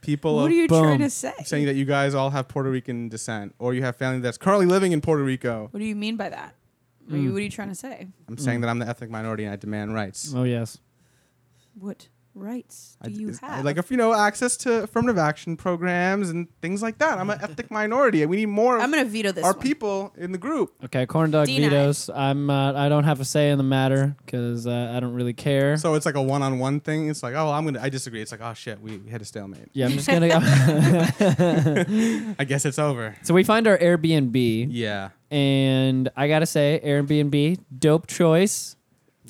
people
What
of
are you
Boom.
trying to say?
saying that you guys all have Puerto Rican descent, or you have family that's currently living in Puerto Rico.
What do you mean by that? What, are
Mm.
you, what are you trying to say?
I'm saying that I'm the ethnic minority and I demand rights.
Oh yes.
What rights
I
do you
is- I
have?
Like, if you know, access to affirmative action programs and things like that. I'm an ethnic minority, and we need more of
I'm gonna veto this.
our
one.
people in the group.
Okay, corn dog
Denied.
vetoes. I'm. Uh, I don't have a say in the matter because uh, I don't really care.
So it's like a one-on-one thing. It's like, oh, I'm gonna, I disagree. It's like, oh shit, we hit a stalemate.
yeah, I'm just gonna.
I guess it's over.
so we find our Airbnb,
Yeah.
and I gotta say, Airbnb, dope choice.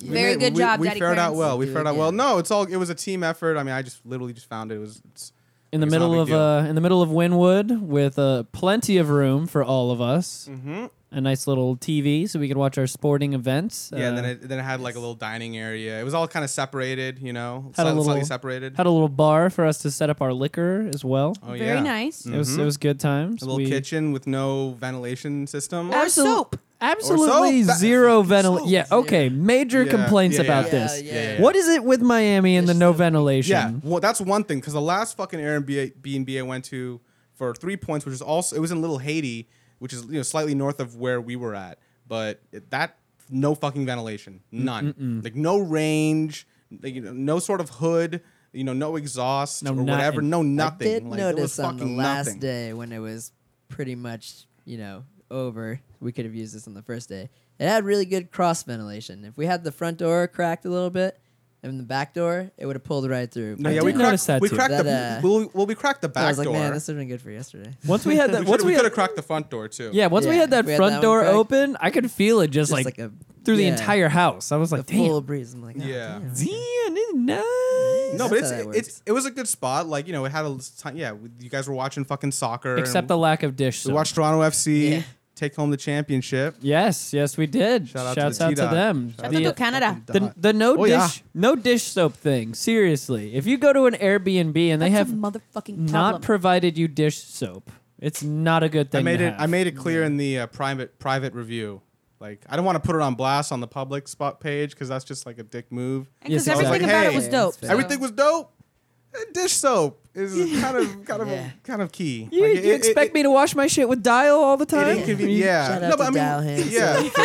We
Very
made-
good
we-
job,
We
Daddy
fared out
Clarence.
well. We
Dude,
fared out
yeah.
well. No, it's all. It was a team effort. I mean, I just literally just found it. It was. It's,
In the
It's not a
middle
big
of
deal.
uh, in the middle of Wynwood, with uh, plenty of room for all of us,
Mhm.
a nice little TV so we could watch our sporting events.
Yeah. and then
Uh,
it then it had like a little dining area. It was all kind of separated. You know,
Had a
slightly, slightly
little-
separated.
had a little bar for us to set up our liquor as well.
oh
Very
yeah.
nice.
It was it was good times.
Mm-hmm. A little
We-
kitchen with no ventilation system.
Or
Absol-
soap.
Absolutely
That-
zero ventilation.
soap.
Yeah, okay. Major
Yeah,
complaints
yeah,
about
yeah.
this.
Yeah,
yeah, yeah.
What is it with Miami and the
Just
no
the-
Yeah,
ventilation?
well, that's one thing because the last fucking Airbnb I went to for three points, which was also it was in Little Haiti, which is you know slightly north of where we were at, but it- that no fucking ventilation,
Mm,
none, like no range, like, you know, no sort of hood, you know, no exhaust
No
or whatever,
nothing.
no
I
nothing.
did
like, it was
notice on
fucking
the last
nothing.
day when it was pretty much, you know, over. We could have used this on the first day. It had really good cross ventilation. If we had the front door cracked a little bit and the back door, it would have pulled right through.
No,
But
yeah, we
did
damn,
cracked,
notice that
we
too.
cracked
That, uh,
the well, we- well, we cracked the
I
back
was like,
door.
man, this would have been good for yesterday.
Once we had
we
that, once we
could
had,
have cracked the front door too.
yeah, once we
Yeah,
had that
we had
front
that one
door
cracked.
open, I could feel it just,
Just
like,
like a-
through the
yeah.
entire house. I was
A
like, damn,
full breeze. I'm like, oh,
Yeah.
damn,
damn.
this is nice.
No, but
That's how
it's
that
it's
works.
it was a good spot. Like you know, it had a time. Yeah, we- you guys were watching fucking soccer. and
Except the lack of dish.
We
soap.
watched Toronto FC
Yeah.
take home the championship.
Yes, yes, we did.
Shout out
Shouts
to the
out to
T-Dot.
them.
Shout
out
The-
to Canada.
fucking
The,
Dot.
the no
Oh,
dish
yeah.
no dish soap thing. Seriously, if you go to an Airbnb and they have
That's a
not
motherfucking problem.
provided you dish soap, it's not a good thing.
I made
to
it.
have.
I made it clear in the uh, private private review. Like I don't want to put it on blast on the public spot page because that's just like a dick move.
Yes,
because
exactly.
everything
Like,
about
hey,
it was dope.
it's
Everything was dope. Uh, Dish soap is kind of kind of
Yeah.
kind of key.
You,
Like, it-
you
it-
expect
it-
me to wash my shit with Dial all the
It
time?
inconven- yeah.
Shout
No,
out
but
to
I mean,
Dalhan
yeah.
for,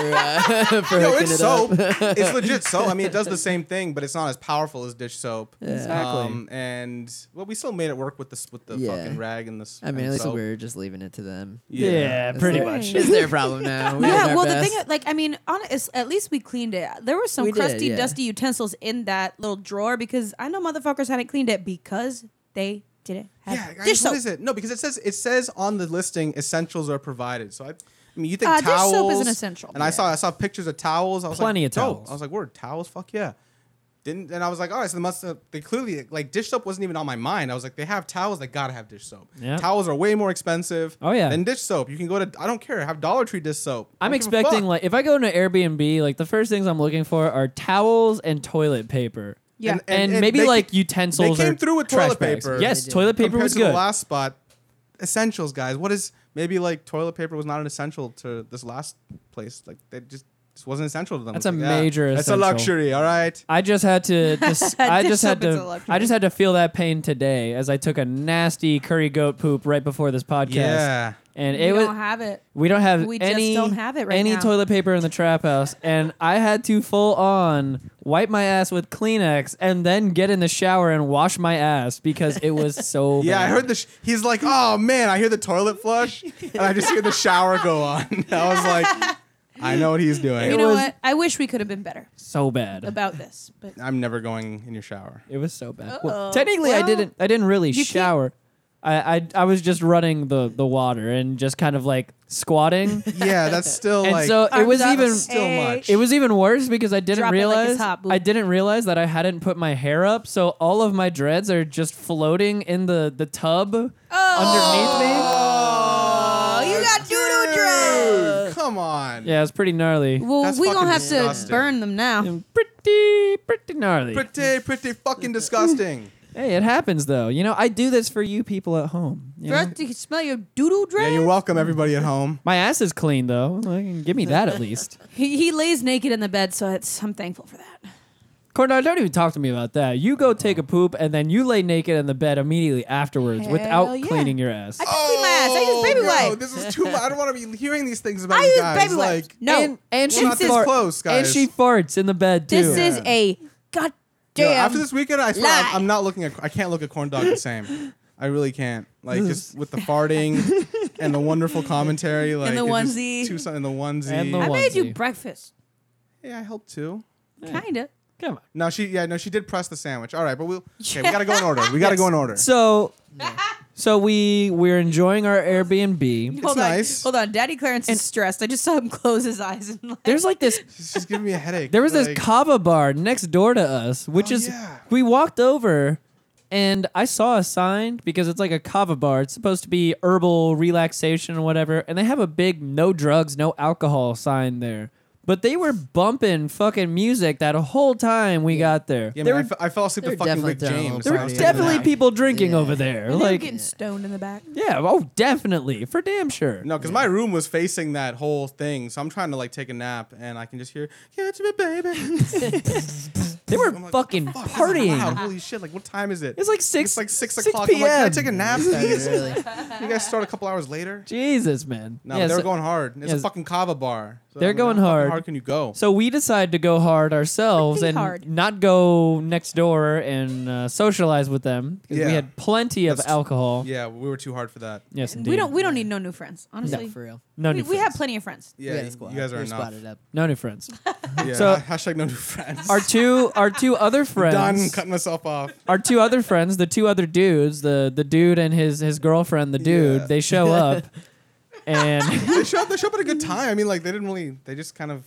uh, for
No,
hooking
it's
it
soap.
up.
it's legit soap. I mean, it does the same thing, but it's not as powerful as dish soap.
Exactly.
Um, and well, we still made it work with this with the
Yeah.
fucking rag and this.
I mean,
and
at least
soap.
we were just leaving it to them.
Yeah,
It's
pretty
their-
much.
It's their problem now. We did
yeah,
our
well, the
best.
thing, like, I mean, honest, at least we cleaned it. There were some
We did,
crusty,
yeah.
dusty utensils in that little drawer because I know motherfuckers hadn't cleaned it because they didn't have
Yeah, guys,
dish soap.
what is it? No, because it says it says on the listing essentials are provided. So I, I mean, you think
Uh, dish soap
towels
is an essential.
And I saw I saw pictures of towels. I was
Plenty
like,
of
"Dope."
towels.
I was like, word towels, fuck yeah. Didn't and I was like, all right, so they must have, they clearly like dish soap wasn't even on my mind. I was like, they have towels, they gotta have dish soap.
Yeah.
Towels are way more expensive.
Oh, yeah.
than dish soap. You can go to I don't care, have Dollar Tree dish soap. I
I'm
don't give a
expecting
fuck.
like if I go into Airbnb, like the first things I'm looking for are towels and toilet paper.
Yeah.
and,
And-
and- and
maybe
they
like
ca-
utensils.
they came
or
through with
trash
toilet
bags.
paper.
Yes,
They did.
toilet paper
compared
was
to the
good.
last spot. Essentials, guys. What is maybe like toilet paper was not an essential to this last place. Like they just this wasn't essential to them.
That's
It's
a
like,
major
That's
essential.
a luxury. All right.
I just had to. Dis- I
Dish
just had
soap is a
to.
luxury.
I just had to feel that pain today as I took a nasty curry goat poop right before this podcast.
Yeah.
and
we
it was
don't have it.
we don't have
We just
any
don't have it right
any
now.
toilet paper in the trap house, and I had to full on wipe my ass with Kleenex and then get in the shower and wash my ass because it was so.
Yeah,
bad.
I heard the. Sh- he's like, oh man, I hear the toilet flush, and I just hear the shower go on. I was like, I know what he's doing.
You know
was-
what? I wish we could have been better
so bad.
about this, but
I'm never going in your shower.
It was so bad.
Uh-oh.
Well, technically, I
Oh, Well,
didn't. I didn't really
can't-
shower. I, I I was just running the the water and just kind of like squatting,
Yeah, that's still
and
like.
so it was
Arms up.
even
still
Hey.
much.
it was even worse because I didn't
Drop it like it's
realize
hot, boo.
I didn't realize that I hadn't put my hair up, so all of my dreads are just floating in the the tub underneath me.
oh, you got doodle dress.
Dude, come on.
Yeah, it's pretty gnarly.
Well,
That's
we gonna
fucking
have to
disgusting.
burn them now.
And Pretty pretty gnarly.
Pretty, pretty fucking disgusting.
Hey, it happens though. You know, I do this for you people at home. you know?
Dress, you can smell your doodle
yeah,
dress.
you're welcome, everybody at home.
My ass is clean though. Like, give me that at least.
he, he lays naked in the bed, so it's I'm thankful for that.
Cordell, don't even talk to me about that. You go take a poop and then you lay naked in the bed immediately afterwards
Hell
without
yeah.
cleaning your ass.
I just clean my ass. I use baby
Oh, no,
wipe.
This is too. I don't want to be hearing these things about
I
you
use
guys.
baby wipes.
like,
No,
and, and she
Not this
fart-
close, guys.
And she farts in the bed too.
this is a goddamn.
yo, after this weekend, I swear I'm-
lie.
I'm not looking. At, I can't look at corn dog the same. I really can't. Like just with the farting and the wonderful commentary, like
the
it just-
onesie.
two son- and the onesie.
And the
I made you
onesie.
breakfast.
yeah, I helped too.
Kinda.
Come on.
No, she yeah no she did press the sandwich. All right, but we'll okay. We gotta go in order. We gotta go in order.
So, so we we're enjoying our Airbnb.
Hold on.
nice.
Hold on. Daddy Clarence is stressed. I just saw him close his eyes and like
There's like this.
She's giving me a headache.
There was this
Like,
kava bar next door to us, which
Oh,
is
yeah.
we walked over, and I saw a sign because it's like a kava bar. It's supposed to be herbal relaxation or whatever, and they have a big no drugs, no alcohol sign there. But they were bumping fucking music that whole time we got there.
yeah,
there
man, I
were,
fe- I fell asleep
they
to
were
fucking Rick
definitely throwing a
James.
there
when
were
I was taking a
definitely
nap.
people drinking
Yeah.
over there.
they were
Like,
getting stoned in the back.
yeah, oh, definitely for damn sure.
No, because my room was facing that whole thing, so I'm trying to like take a nap, and I can just hear "Catch Me, Baby."
They were
I'm like,
fucking
"Fuck, this is loud.
partying.
Holy shit! Like, what time is it?
It's like six.
It's like six,
six
o'clock.
PM.
I'm like, Can I take a nap? please?"
really.
you guys start a couple hours later.
Jesus, man.
No,
Yeah,
they're
so-
going hard. It's
yes.
a fucking kava bar. So,
They're
I mean,
going
how fucking
hard.
hard can you go?
So we decide to go hard ourselves
Pretty
and
hard.
not go next door and uh, socialize with them 'cause
Yeah.
we had plenty of
That's-
alcohol.
yeah, we were too hard for that.
Yes, indeed.
We don't we don't need no new friends, honestly.
for real.
no
we,
new
we
friends.
have plenty of friends.
Yeah,
We had a squad.
you guys are
We
enough.
squatted up.
no new friends.
Yeah,
So-
hashtag no new friends.
our two our two other
Done.
friends,
Cut myself off.
our two other friends, the two other dudes, the the dude and his his girlfriend, the dude,
Yeah.
they show up and
They showed. They showed up at a good time. I mean, like they didn't really. They just kind of.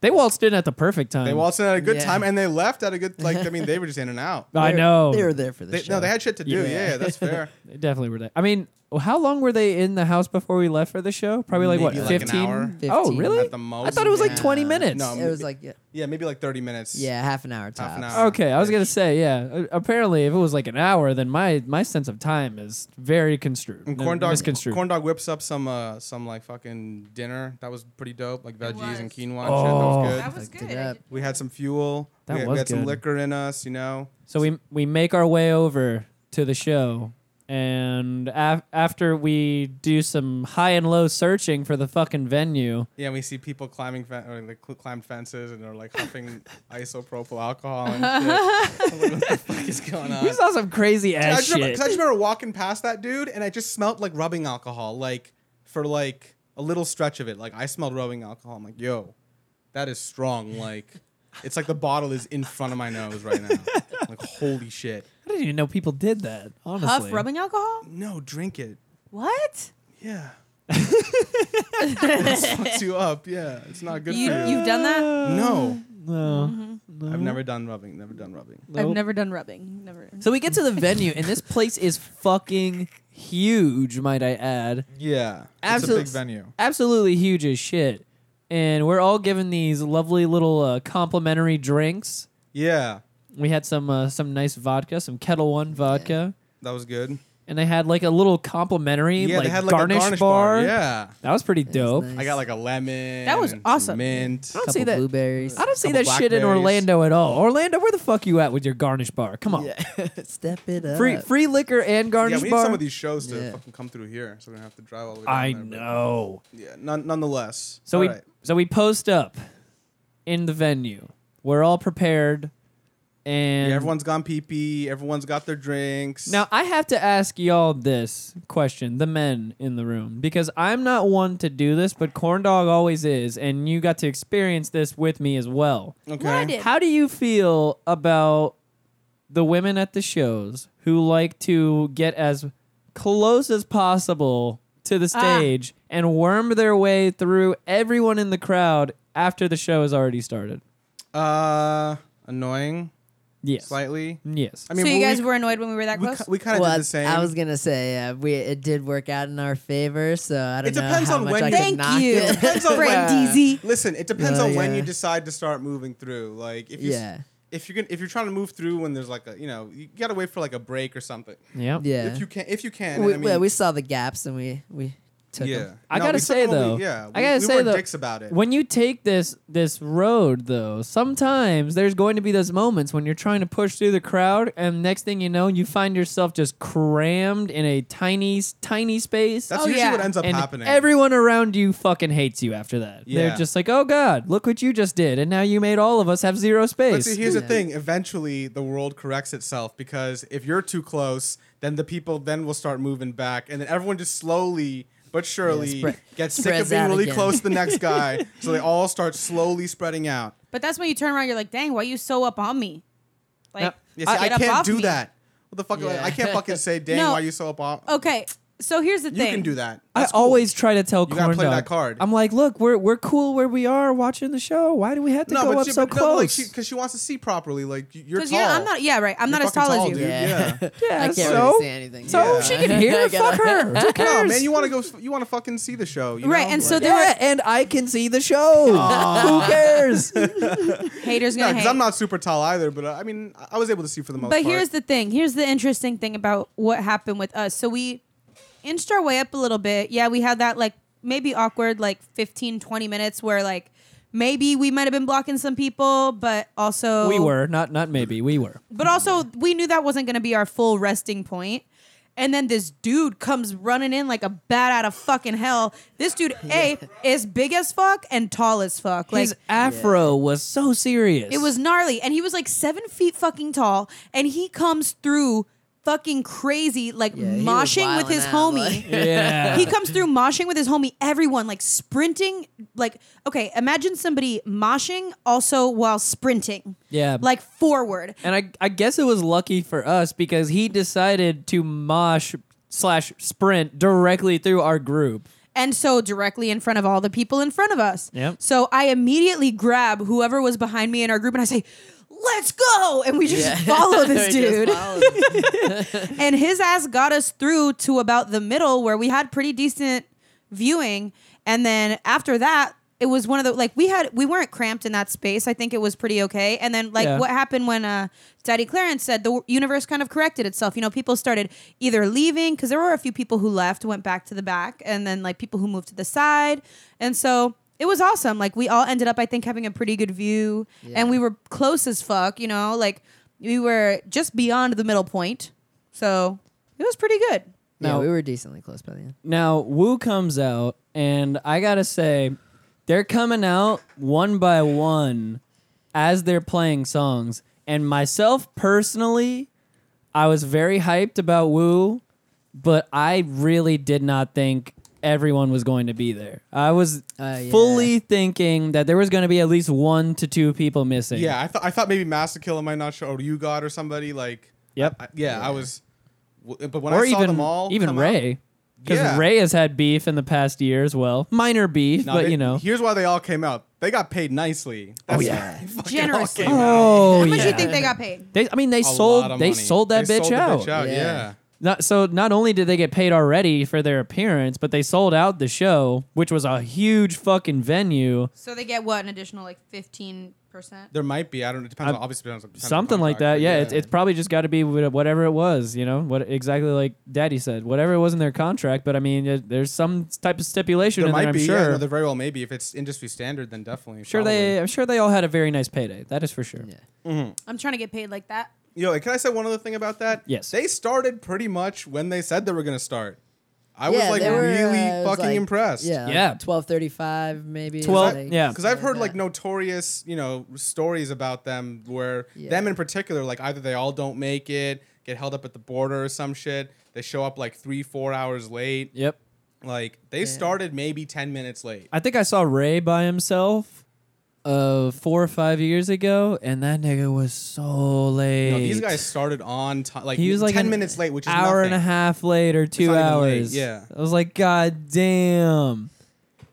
they waltzed in at the perfect time.
They waltzed in at a good
Yeah.
time, and they left at a good. Like I mean, they were just in and out.
I
They were-
know.
They were there for the
They,
show.
no, they had shit to do.
Yeah.
Yeah, that's fair.
They definitely were there. I mean, how long were they in the house before we left for the show? Probably like
Maybe
what,
like an
15?
hour.
Oh,
15.
really?
At the most.
I thought it was like
Yeah.
20 minutes.
No.
It was like yeah,
Yeah, maybe like thirty minutes.
yeah half an hour tops.
Um, Half an hour.
Okay, I was gonna say yeah. Uh, Apparently, if it was like an hour, then my my sense of time is very construed.
And
uh,
corn dog,
misconstrued.
corn dog whips up some uh, some like fucking dinner that was pretty dope, like
was.
veggies and quinoa. And
Oh.
shit. That was good.
That was
Hooked it
good.
up.
We had some fuel.
That
we had,
was
we had some
good.
liquor in us, you know.
So we we make our way over to the show, and af- after we do some high and low searching for the fucking venue,
Yeah, we see people climbing fen- or like cl- climbed fences and they're like huffing isopropyl alcohol and shit. I'm like, what the fuck is going on?
we saw some crazy
I
ass
just, remember,
shit.
'cause I just remember walking past that dude, and I just smelled like rubbing alcohol, like for like a little stretch of it. Like I smelled rubbing alcohol. I'm like, yo, that is strong. Like it's like the bottle is in front of my nose right now. like holy shit.
I didn't even know people did that. Honestly,
Huff rubbing alcohol?
No, drink it.
What?
Yeah. it fucks you up. Yeah, it's not good
You
for you.
you've done that?
no,
No,
I've never done rubbing. Never done rubbing.
Nope.
I've never done rubbing. Never.
So we get to the venue, and this place is fucking huge, might I add.
Yeah,
Absolute-
it's a big venue.
Absolutely huge as shit. And we're all given these lovely little uh, complimentary drinks.
Yeah,
We had some uh, some nice vodka, some Kettle One vodka,
that was good.
and they had like a little complimentary
Yeah,
like,
they had like
garnish,
a garnish
bar.
bar. Yeah.
That was pretty
was
dope.
nice.
I got like a lemon.
That was
and some
awesome.
Mint.
I don't see
couple
that.
blueberries.
I don't see
Couple
that shit in
blackberries.
Orlando at all. Orlando, where the fuck you at with your garnish bar? Come on,
Yeah. Step it up.
free free liquor and
Yeah,
garnish
we need
bar.
some of these shows to
Yeah.
fucking come through here, so we're gonna have to drive all the way. Down
I
there, but-
know.
Yeah, none, nonetheless.
So
All
we
right.
so we post up in the venue. We're all prepared, and
Yeah, everyone's gone pee pee. Everyone's got their drinks.
Now I have to ask y'all this question, the men in the room, because I'm not one to do this, but Corndog always is, and you got to experience this with me as well.
okay.
What I did.
How do you feel about the women at the shows who like to get as close as possible to the stage and worm their way through everyone in the crowd after the show has already started?
Uh, annoying
Yes.
slightly.
Yes.
I mean,
so you
we-
guys were annoyed when we were that
we,
close?
ki- we kind of
Well,
did the same.
I was gonna say uh, we it did work out in our favor, so I don't
It
know
depends
how
on
much
when
I
you-
could
Thank
knock
you.
it.
Depends on
Brand
when-
DZ.
Listen, it depends
Oh,
on when
yeah.
you decide to start moving through. Like if you s-
Yeah.
if you're gonna, if you're trying to move through when there's like a you know you gotta wait for like a break or something.
yep.
Yeah.
If you can, if you can.
we,
I mean,
well, we saw the gaps and we we took 'em.
yeah.
I
No,
gotta
we took
say
what we-
though,
yeah, we,
I gotta
we
say
were
though,
dicks about it.
when you take this this road though, sometimes there's going to be those moments when you're trying to push through the crowd, and next thing you know, you find yourself just crammed in a tiny tiny space.
That's
Oh,
usually
yeah.
what ends up
and
happening.
everyone around you fucking hates you after that.
Yeah.
They're just like, "Oh God, look what you just did, and now you made all of us have zero
But
space."
see, here's the
Yeah.
thing. Eventually, the world corrects itself because if you're too close, then the people then will start moving back, and then everyone just slowly but surely
spread-
gets sick
spreads
of being
out
really
again.
close to the next guy, so they all start slowly spreading out.
But that's when you turn around, you're like, dang, why you so up on me? Like,
Yeah.
Yeah, see, I,
get up
can't
off
do
me.
that. What the fuck?
Yeah.
I can't fucking say, "Dang,
No.
why you so up?" off?"
Okay, so here's the
you
thing.
can do that.
I
That's cool.
always try to tell
You gotta
corn
play that
Dog,
card.
I'm like, look, we're we're cool where we are watching the show. Why do we have to go up
she-
so
no, like
close?
she, because she wants to see properly. Like y- you're
Because
tall.
you're, I'm not, yeah, right. I'm
You're
not as
fucking
tall,
tall,
as you.
dude.
Yeah.
Yeah.
yeah,
I can't
so
really say anything.
So
Yeah.
if she can hear
I
it, fuck
gotta-
her. Who
no,
cares?
man, you want to go. s- You want to fucking see the show, you
Right,
know?
and so
Like-
there
yeah, and I can see the show. Who cares?
Haters
Yeah,
gonna
because
hate.
I'm not super tall either, but uh, I mean, I- I was able to see for the most
but
part.
here's the thing. Here's the interesting thing about what happened with us. So we inched our way up a little bit. Yeah, we had that like maybe awkward like 15, 20 minutes where like maybe we might have been blocking some people, but also
we were not not maybe we were.
But also, we knew that wasn't going to be our full resting point. And then this dude comes running in like a bat out of fucking hell. This dude, A, is big as fuck and tall as fuck. Like,
His afro was so serious.
it was gnarly. And he was like seven feet fucking tall. And he comes through fucking crazy, like
Yeah, he was
moshing with
wilding
his
out,
homie.
like-
yeah.
He comes through moshing with his homie, everyone, like sprinting. Like, okay, imagine somebody moshing also while sprinting.
Yeah.
Like forward.
And I, I guess it was lucky for us because he decided to mosh slash sprint directly through our group.
and so directly in front of all the people in front of us.
Yep.
So I immediately grab whoever was behind me in our group and I say, "Let's go!" And we just follow this
He just
dude.
follows him.
and his ass got us through to about the middle where we had pretty decent viewing, and then after that. It was one of the like we had we weren't cramped in that space. I think it was pretty okay. And then like
Yeah.
what happened when uh Daddy Clarence said the universe kind of corrected itself. You know, people started either leaving because there were a few people who left, went back to the back, and then like people who moved to the side. And so it was awesome. Like we all ended up, I think, having a pretty good view, and we were close as fuck. You know, like we were just beyond the middle point, so it was pretty good.
Yeah,
No.
we were decently close by the end.
Now, Wu comes out, and I gotta say, they're coming out one by one as they're playing songs. And myself personally, I was very hyped about Wu, but I really did not think everyone was going to be there. I was
Uh, yeah.
fully thinking that there was going to be at least one to two people missing.
yeah, I thought I thought maybe Master Killer might not show, or you God, or somebody like.
Yep.
I, yeah, I was. w- But when
or
I saw
even
them all,
even
come out-
Ray, because
Yeah.
Ray has had beef in the past year as well, minor beef,
Now
but
they-
you know. Oh,
here's why they all came out. They got paid nicely. That's
yeah.
why they fucking all
Generously.
came out.
Oh
How much
yeah.
do you think they got paid?
They, I mean, they
A lot
sold.
of
They
money.
sold that
They
bitch,
sold the
out.
bitch out.
Yeah.
Yeah.
Not, so not only did they get paid already for their appearance, but they sold out the show, which was a huge fucking venue,
So they get what an additional like fifteen percent.
There might be. I don't. It depends. on, obviously, depends on depends on
something like
contract,
that.
but
Yeah, It's, it's probably just got to be wha- whatever it was. You know what exactly like Daddy said, whatever it was in their contract. But I mean, it, there's some type of stipulation
there
in
might
there. I'm
be.
sure.
Yeah, no, there very well may be. If it's industry standard, then definitely.
sure they. I'm sure they all had a very nice payday. That is for sure.
Yeah.
I'm trying to get paid like that.
Yo, and can I say one other thing about that?
Yes.
They started pretty much when they said they were gonna start. I
Yeah,
was like
they were,
really
uh, it was
fucking
like-
impressed.
Yeah, like
Yeah.
12:35 maybe.
12
like-
yeah.
Because I've heard
that.
like notorious, you know, stories about them where
Yeah.
them in particular, like either they all don't make it, get held up at the border or some shit. They show up like three, four hours late.
Yep.
Like they started maybe ten minutes late.
I think I saw Ray by himself uh four or five years ago, and that nigga was so late.
You know, these guys started on time, like
he was like
ten
an
minutes late, which is
hour
nothing.
and a half late or two
not even
hours.
late, yeah.
I was like, God damn.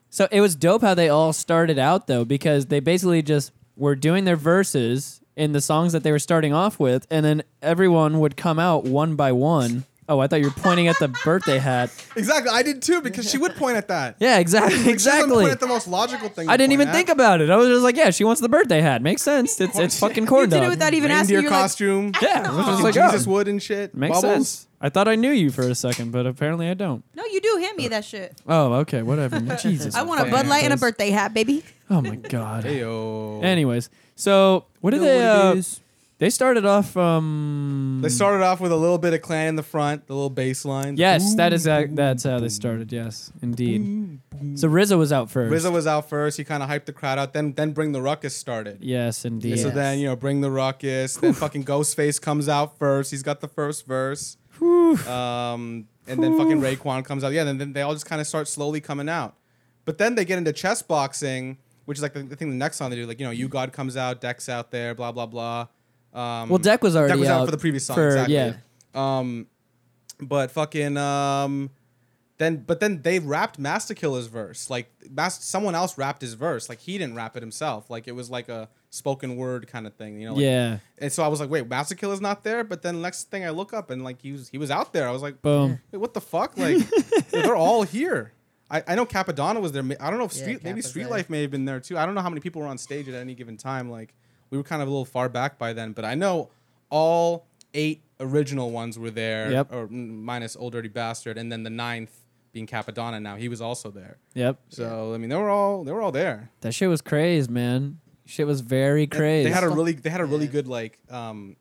So it was dope how they all started out though, because they basically just were doing their verses in the songs that they were starting off with, and then everyone would come out one by one. Oh, I thought you were pointing at the birthday hat.
Exactly, I did too because she would point at that.
Yeah, exactly.
Like, she's gonna
Exactly.
Point at the most logical thing.
I
to
didn't
point
even
at.
think about it. I was just like, yeah, she wants the birthday hat. Makes sense. It's it's fucking corn
You did
dog.
it without even asking.
reindeer
You're like, "Ah,
costume.
yeah, I was just
fucking
like,
Jesus
oh,
wood and shit.
makes
Bubbles.
sense. I I thought I knew you for a second, but apparently I don't.
No, you do hand me that shit.
Oh, okay, whatever. Jesus.
I want a
fucking
Bud Light and a
Christ.
birthday hat, baby.
Oh my god.
Ayo.
Anyways, so what did
Know
they?
what it
uh,
is.
they started off. Um,
They started off with a little bit of clan in the front, the little bass line.
Yes, that is ac- that's how they started. Yes, indeed. So RZA was out first.
RZA was out first. He kind of hyped the crowd out. Then then Bring the Ruckus started.
Yes, indeed.
And So
Yes.
then, you know, Bring the Ruckus. Then fucking Ghostface comes out first. He's got the first verse. Um, and then fucking Raekwon comes out. Yeah, then, then they all just kind of start slowly coming out. But then they get into chess boxing, which is like the, the thing the next song they do. Like, you know, You God comes out, Deck's out there, blah, blah, blah. Um,
Well, Deck was already
Deck was out,
out
for the previous song.
for-
exactly.
yeah.
Um, but fucking um, then but then they rapped Master Killer's verse. Like Mas- someone else rapped his verse. Like he didn't rap it himself. Like it was like a spoken word kind of thing. You know. Like,
yeah.
And so I was like, wait, Master Killer's not there. But then next thing I look up and like he was he was out there. I was like,
Boom.
wait, what the fuck? Like they're all here. I, I know Capadonna was there. Ma- I don't know if
Yeah,
Street maybe
Capa's
Street
there.
Life may have been there too. I don't know how many people were on stage at any given time. Like we were kind of a little far back by then, but I know all eight original ones were there,
Yep.
or mm, minus Old Dirty Bastard, and then the ninth being Capadonna. Now he was also there.
Yep.
So I mean, they were all they were all there.
That shit was crazed, man. Shit was very
And
crazed.
They had a really they had a really
Yeah.
good like um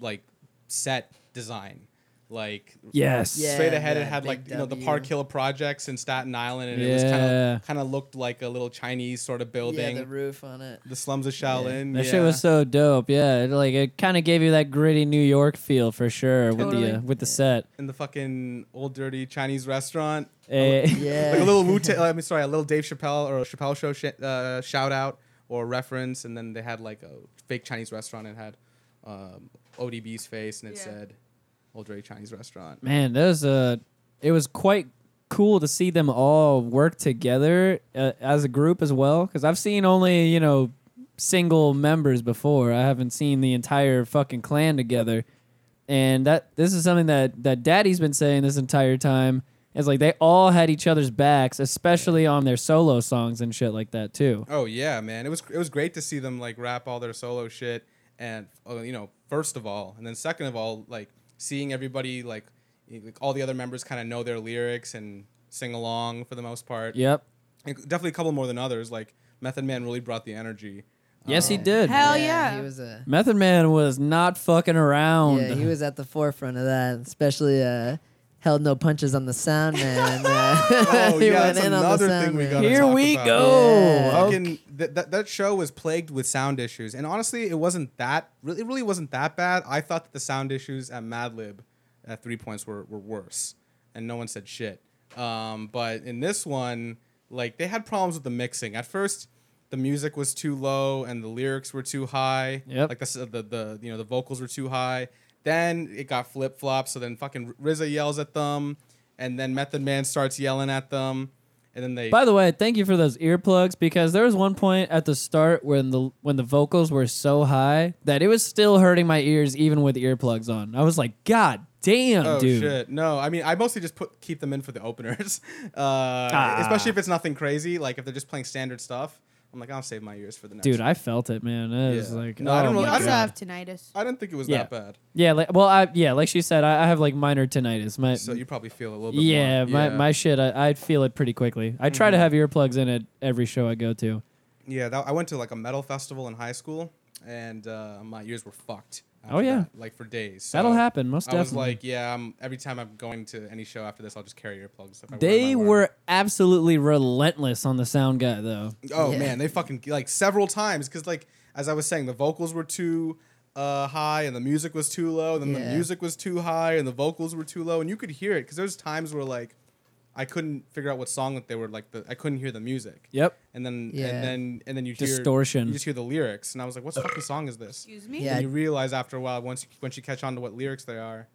like set design. Like
yes.
Yeah.
straight ahead it
that
had
big
like you know the
W.
Park Hill projects in Staten Island and it was
Yeah.
kind of kind of looked like a little Chinese sort of building.
Yeah,
the,
the roof on it.
slums of Shaolin.
That
yeah.
shit was so dope. Yeah, it, like it kind of gave you that gritty New York feel for sure with
Totally.
the uh, with the
Yeah.
set.
in the fucking old dirty Chinese restaurant.
Eh,
Yeah.
Like a little Wu Tang. I mean, sorry, a little Dave Chappelle or a Chappelle show sh- uh, shout out or reference, and then they had like a fake Chinese restaurant and had um, ODB's face, and it
Yeah.
said old dirty Chinese restaurant.
man, that was uh, it was quite cool to see them all work together uh, as a group as well. Because I've seen only you know single members before. I haven't seen the entire fucking clan together. And that this is something that that Daddy's been saying this entire time. It's like they all had each other's backs, especially on their solo songs and shit like that too.
Oh yeah, man. It was it was great to see them like rap all their solo shit and uh, you know, first of all, and then second of all, like seeing everybody like y- like all the other members kind of know their lyrics and sing along for the most part.
Yep.
And definitely a couple more than others. Like Method Man really brought the energy.
Yes, he
Um,
did.
Hell yeah.
He was uh, a.
Method Man was not fucking around.
Yeah, he was at the forefront of that, especially uh, held no punches on the sound man. Uh,
Oh,
he
yeah,
went
that's
in on the
another
sound
thing we
man.
gotta
Here
talk
we
about.
go.
Yeah.
Okay.
Fucking that that that show was plagued with sound issues, and honestly, it wasn't that really. It really wasn't that bad. I thought that the sound issues at Madlib at Three Points were were worse, and no one said shit. Um, but in this one, like they had problems with the mixing. At first, the music was too low and the lyrics were too high.
Yep.
Like the s- the the you know the vocals were too high. Then it got flip flopped. So then fucking RZA yells at them, and then Method Man starts yelling at them, and then they
By the way, thank you for those earplugs because there was one point at the start when the when the vocals were so high that it was still hurting my ears even with earplugs on. I was like, God damn,
Oh
dude.
shit! No, I mean I mostly just put keep them in for the openers, uh,
Ah.
especially if it's nothing crazy. Like if they're just playing standard stuff, I'm like I'll save my ears for the next.
Dude,
one.
I felt it, man. It was
Yeah.
like,
No, I
oh
don't
my
really-
you
I
God.
also have tinnitus.
I didn't think it was
Yeah.
that bad.
yeah, like, well, I yeah, like she said, I, I have like minor tinnitus. My
So you probably feel a little bit.
yeah,
more.
my my shit, I, I feel it pretty quickly. I try
Mm-hmm.
to have earplugs in at every show I go to.
yeah. That, I went to like a metal festival in high school, and uh, my ears were fucked. after
Oh, yeah.
that, like for days. So
That'll happen, most
I was
definitely.
like, yeah. I'm, every time I'm going to any show after this, I'll just carry earplugs. If I wear
They
my one.
were absolutely relentless on the sound guy, though.
Oh
Yeah.
man, they fucking like several times because like as I was saying, the vocals were too uh, high and the music was too low, and then the
Yeah.
music was too high and the vocals were too low, and you could hear it because there's times where like I couldn't figure out what song that they were like the I couldn't hear the music.
Yep.
And then
Yeah.
and then and then you hear
Distortion.
You just hear the lyrics, and I was like, "What fucking song is this?"
Excuse me?
Yeah.
And you realize after a while once you, once you catch on to what lyrics they are,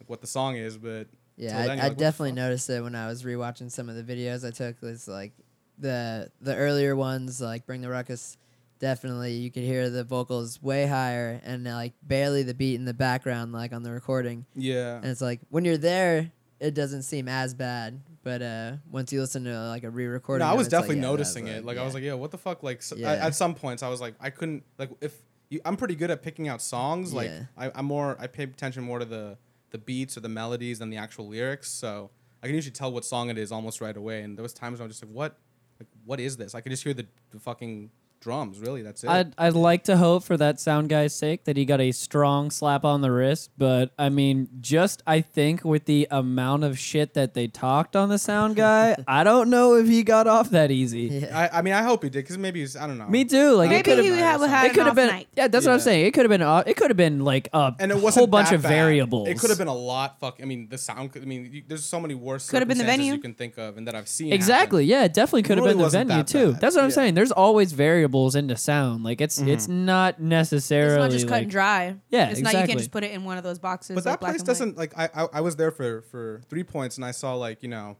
like what the song is, but
Yeah,
till then,
I,
you're
I
like, what the
definitely
fuck?
noticed it when I was rewatching some of the videos I took. Was like the the earlier ones, like Bring the Ruckus. Definitely, you could hear the vocals way higher and uh, like barely the beat in the background, like on the recording.
Yeah.
And it's like when you're there, it doesn't seem as bad. But uh, once you listen to like a re-recording,
No, I
of
was
it, it's like,
definitely
yeah, that
noticing it. Like I
yeah.
was like, yeah, what the fuck? Like so, I-
Yeah.
at some points, I was like, I couldn't like if you, I'm pretty good at picking out songs. Like
Yeah.
I, I'm more I pay attention more to the the beats or the melodies than the actual lyrics. So I can usually tell what song it is almost right away. And there was times when I was just like, what, like, what is this? I could just hear the, the fucking drums. Really, that's it.
I'd, I'd like to hope for that sound guy's sake that he got a strong slap on the wrist, but I mean, just I think with the amount of shit that they talked on the sound guy, I don't know if he got off that easy.
Yeah.
I, I mean, I hope he did because maybe he's, I don't know.
Me too. Like it
Maybe
could
he
have.
had, had
It
an
could have
off
been.
night.
Yeah, that's what I'm
Yeah.
saying. It could have been. Uh, it could have been like a
and it
whole
wasn't
bunch
that
of
bad.
variables.
It could have been a lot. Fuck. I mean, the sound. could- I mean, you, there's so many worse.
Could have been the
circumstances
venue.
you can think of, and that I've seen. happen.
Exactly. Yeah, it definitely could have
really
been the
wasn't
venue
that
too.
bad.
That's what I'm
Yeah. Mm-hmm.
saying. There's always variables into sound. Like it's it's not necessarily
It's not just cut
like-
and dry.
Yeah,
it's not you
exactly.
can just put it in one of those boxes.
But
like
that
black
place
and white.
doesn't like. I, I I was there for for three points, and I saw like you know,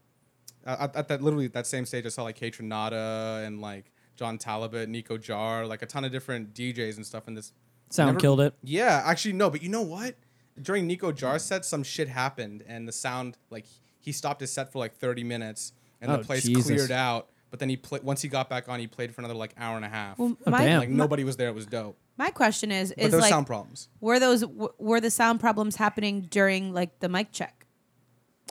at, at that literally that same stage, I saw like Catronada and like John Talibot, Nico Jar, like a ton of different DJs and stuff in this.
Sound
Never-
killed it.
Yeah, actually no, but you know what? During Nico Jar's set, some shit happened, and the sound like he stopped his set for like thirty minutes, and
Oh,
the place
Jesus.
cleared out. But then he played once he got back on, he played for another like hour and a half.
Well,
Oh,
my,
damn.
like nobody was there. It was dope.
my question is
But
is
there was
like
sound problems.
were those w- were the sound problems happening during like the mic check?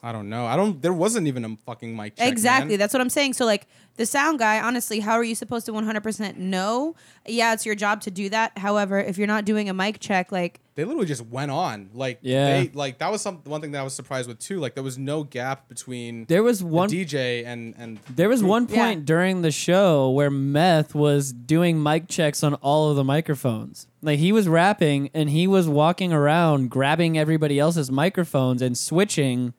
I don't know. I don't. There wasn't even a fucking mic. Check,
exactly.
man.
That's what I'm saying. So like the sound guy, honestly, how are you supposed to 100% know? Yeah, it's your job to do that. However, if you're not doing a mic check, like
they literally just went on. Like
Yeah.
they like that was some one thing that I was surprised with too. Like there was no gap between
There was
the
one
DJ and and
There was one
Yeah.
point during the show where Meth was doing mic checks on all of the microphones. Like he was rapping and he was walking around grabbing everybody else's microphones and swwitching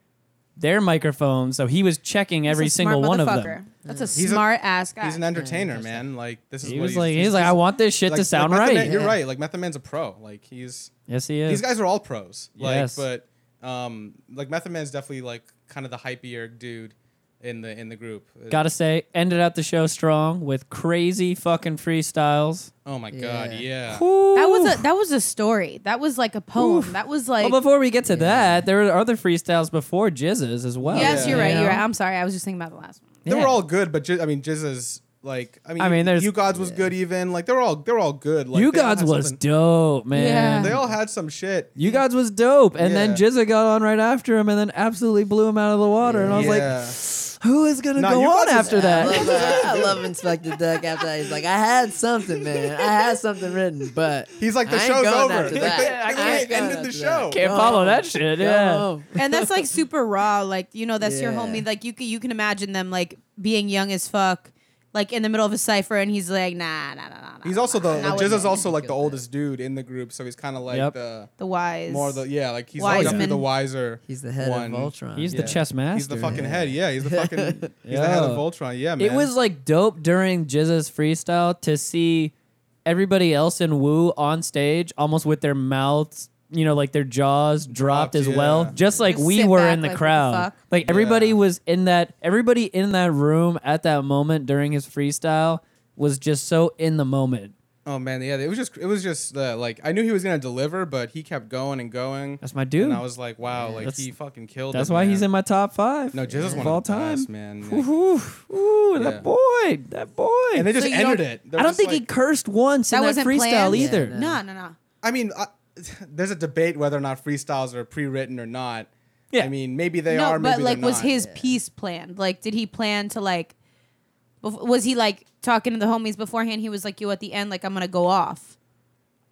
their microphones. So he was checking every
He's a smart
single one of
motherfucker.
them.
That's a
He's a-
smart ass guy.
he's an entertainer,
interesting.
man. Like this is
He
what
was
he's,
like, he's like, I want this shit
like-
to
like
sound
Method
right.
Man- You're
Yeah.
right. Like Method Man's a pro. Like he's
Yes, he is.
these guys are all pros. Like
Yes.
but um like Method Man's definitely like kind of the hypier dude in the in the group. Uh,
Gotta say, ended out the show strong with crazy fucking freestyles.
oh my god,
Yeah.
yeah.
that
Whew.
was a that was a story. That was like a poem. That was like
well, before we get to that, there were other freestyles before Jizz's as well.
Oh,
Yes,
Yeah.
you're right.
You
You're right.
know?
I'm sorry. I was just thinking about the last one.
They
Yeah.
were all good, but Jiz- I mean Jizza's like I mean,
I mean, there's-
you gods was good even like they were all they were all good like
you
they all
Gods
had
was
something-
dope, man.
Yeah.
they all had some shit
You Gods was dope. And then
Yeah.
Jizza got on right after him and then absolutely blew him out of the water. And I was
Yeah.
like, who is going to
No,
go
You
on
Gods was-
after
I
that?
love, that. I love Inspector Duck after that. He's like, I had something, man. I had something written, but
He's like, the
I ain't
show's
going
over.
after
He's like,
that.
they-
I
they
ain't
literally
going
ended the
after
show.
that.
Can't
Go
follow
home.
that shit.
Go
Yeah.
home.
And that's like super raw. Like you know, that's your
Yeah.
homie. Like you can you can imagine them like being young as fuck, like in the middle of a cipher, and he's like, nah, nah, nah, nah. nah,
He's also the
nah, nah,
like,
nah,
Jizza's
nah,
also like
Good
the
man.
oldest dude in the group, so he's kind of like
Yep.
the
the wise.
more the yeah, like he's
Wise
definitely
man.
the wiser.
He's the head
one.
of Voltron.
He's
Yeah.
the chess master.
He's the fucking head. Yeah, he's the fucking he's the head of
Yeah.
Voltron. Yeah, man.
It was like dope during Jizza's freestyle to see everybody else in Wu on stage almost with their mouths, you know, like their jaws dropped,
Dropped,
as
yeah.
well, just like
Just
we
sit
were
back,
in the
like, what the
crowd.
fuck?
like everybody
Yeah.
was in that everybody in that room at that moment during his freestyle was just so in the moment.
oh man, yeah. It was just it was just uh, like I knew he was gonna deliver, but he kept going and going.
That's my dude.
And I was like, wow, like
That's-
he fucking killed.
That's
it,
why
man.
he's in my top 5.
No, Jizza's
of
one
all
of the
time.
best, man. Like-
Ooh, ooh,
Yeah.
that boy, that boy.
and they just
So you
ended
don't-
it. They're
I don't
just
think
like-
he cursed once
That
in that
wasn't
freestyle
planned?
either.
Yeah,
No, no, no.
I mean, I, there's a debate whether or not freestyles are pre-written or not.
Yeah.
I mean, maybe they
no,
are.
but
Maybe
like,
they're
was
not.
his piece planned? Like, did he plan to like? bef- Was he like talking to the homies beforehand? He was like, "You at the end, like I'm gonna go off."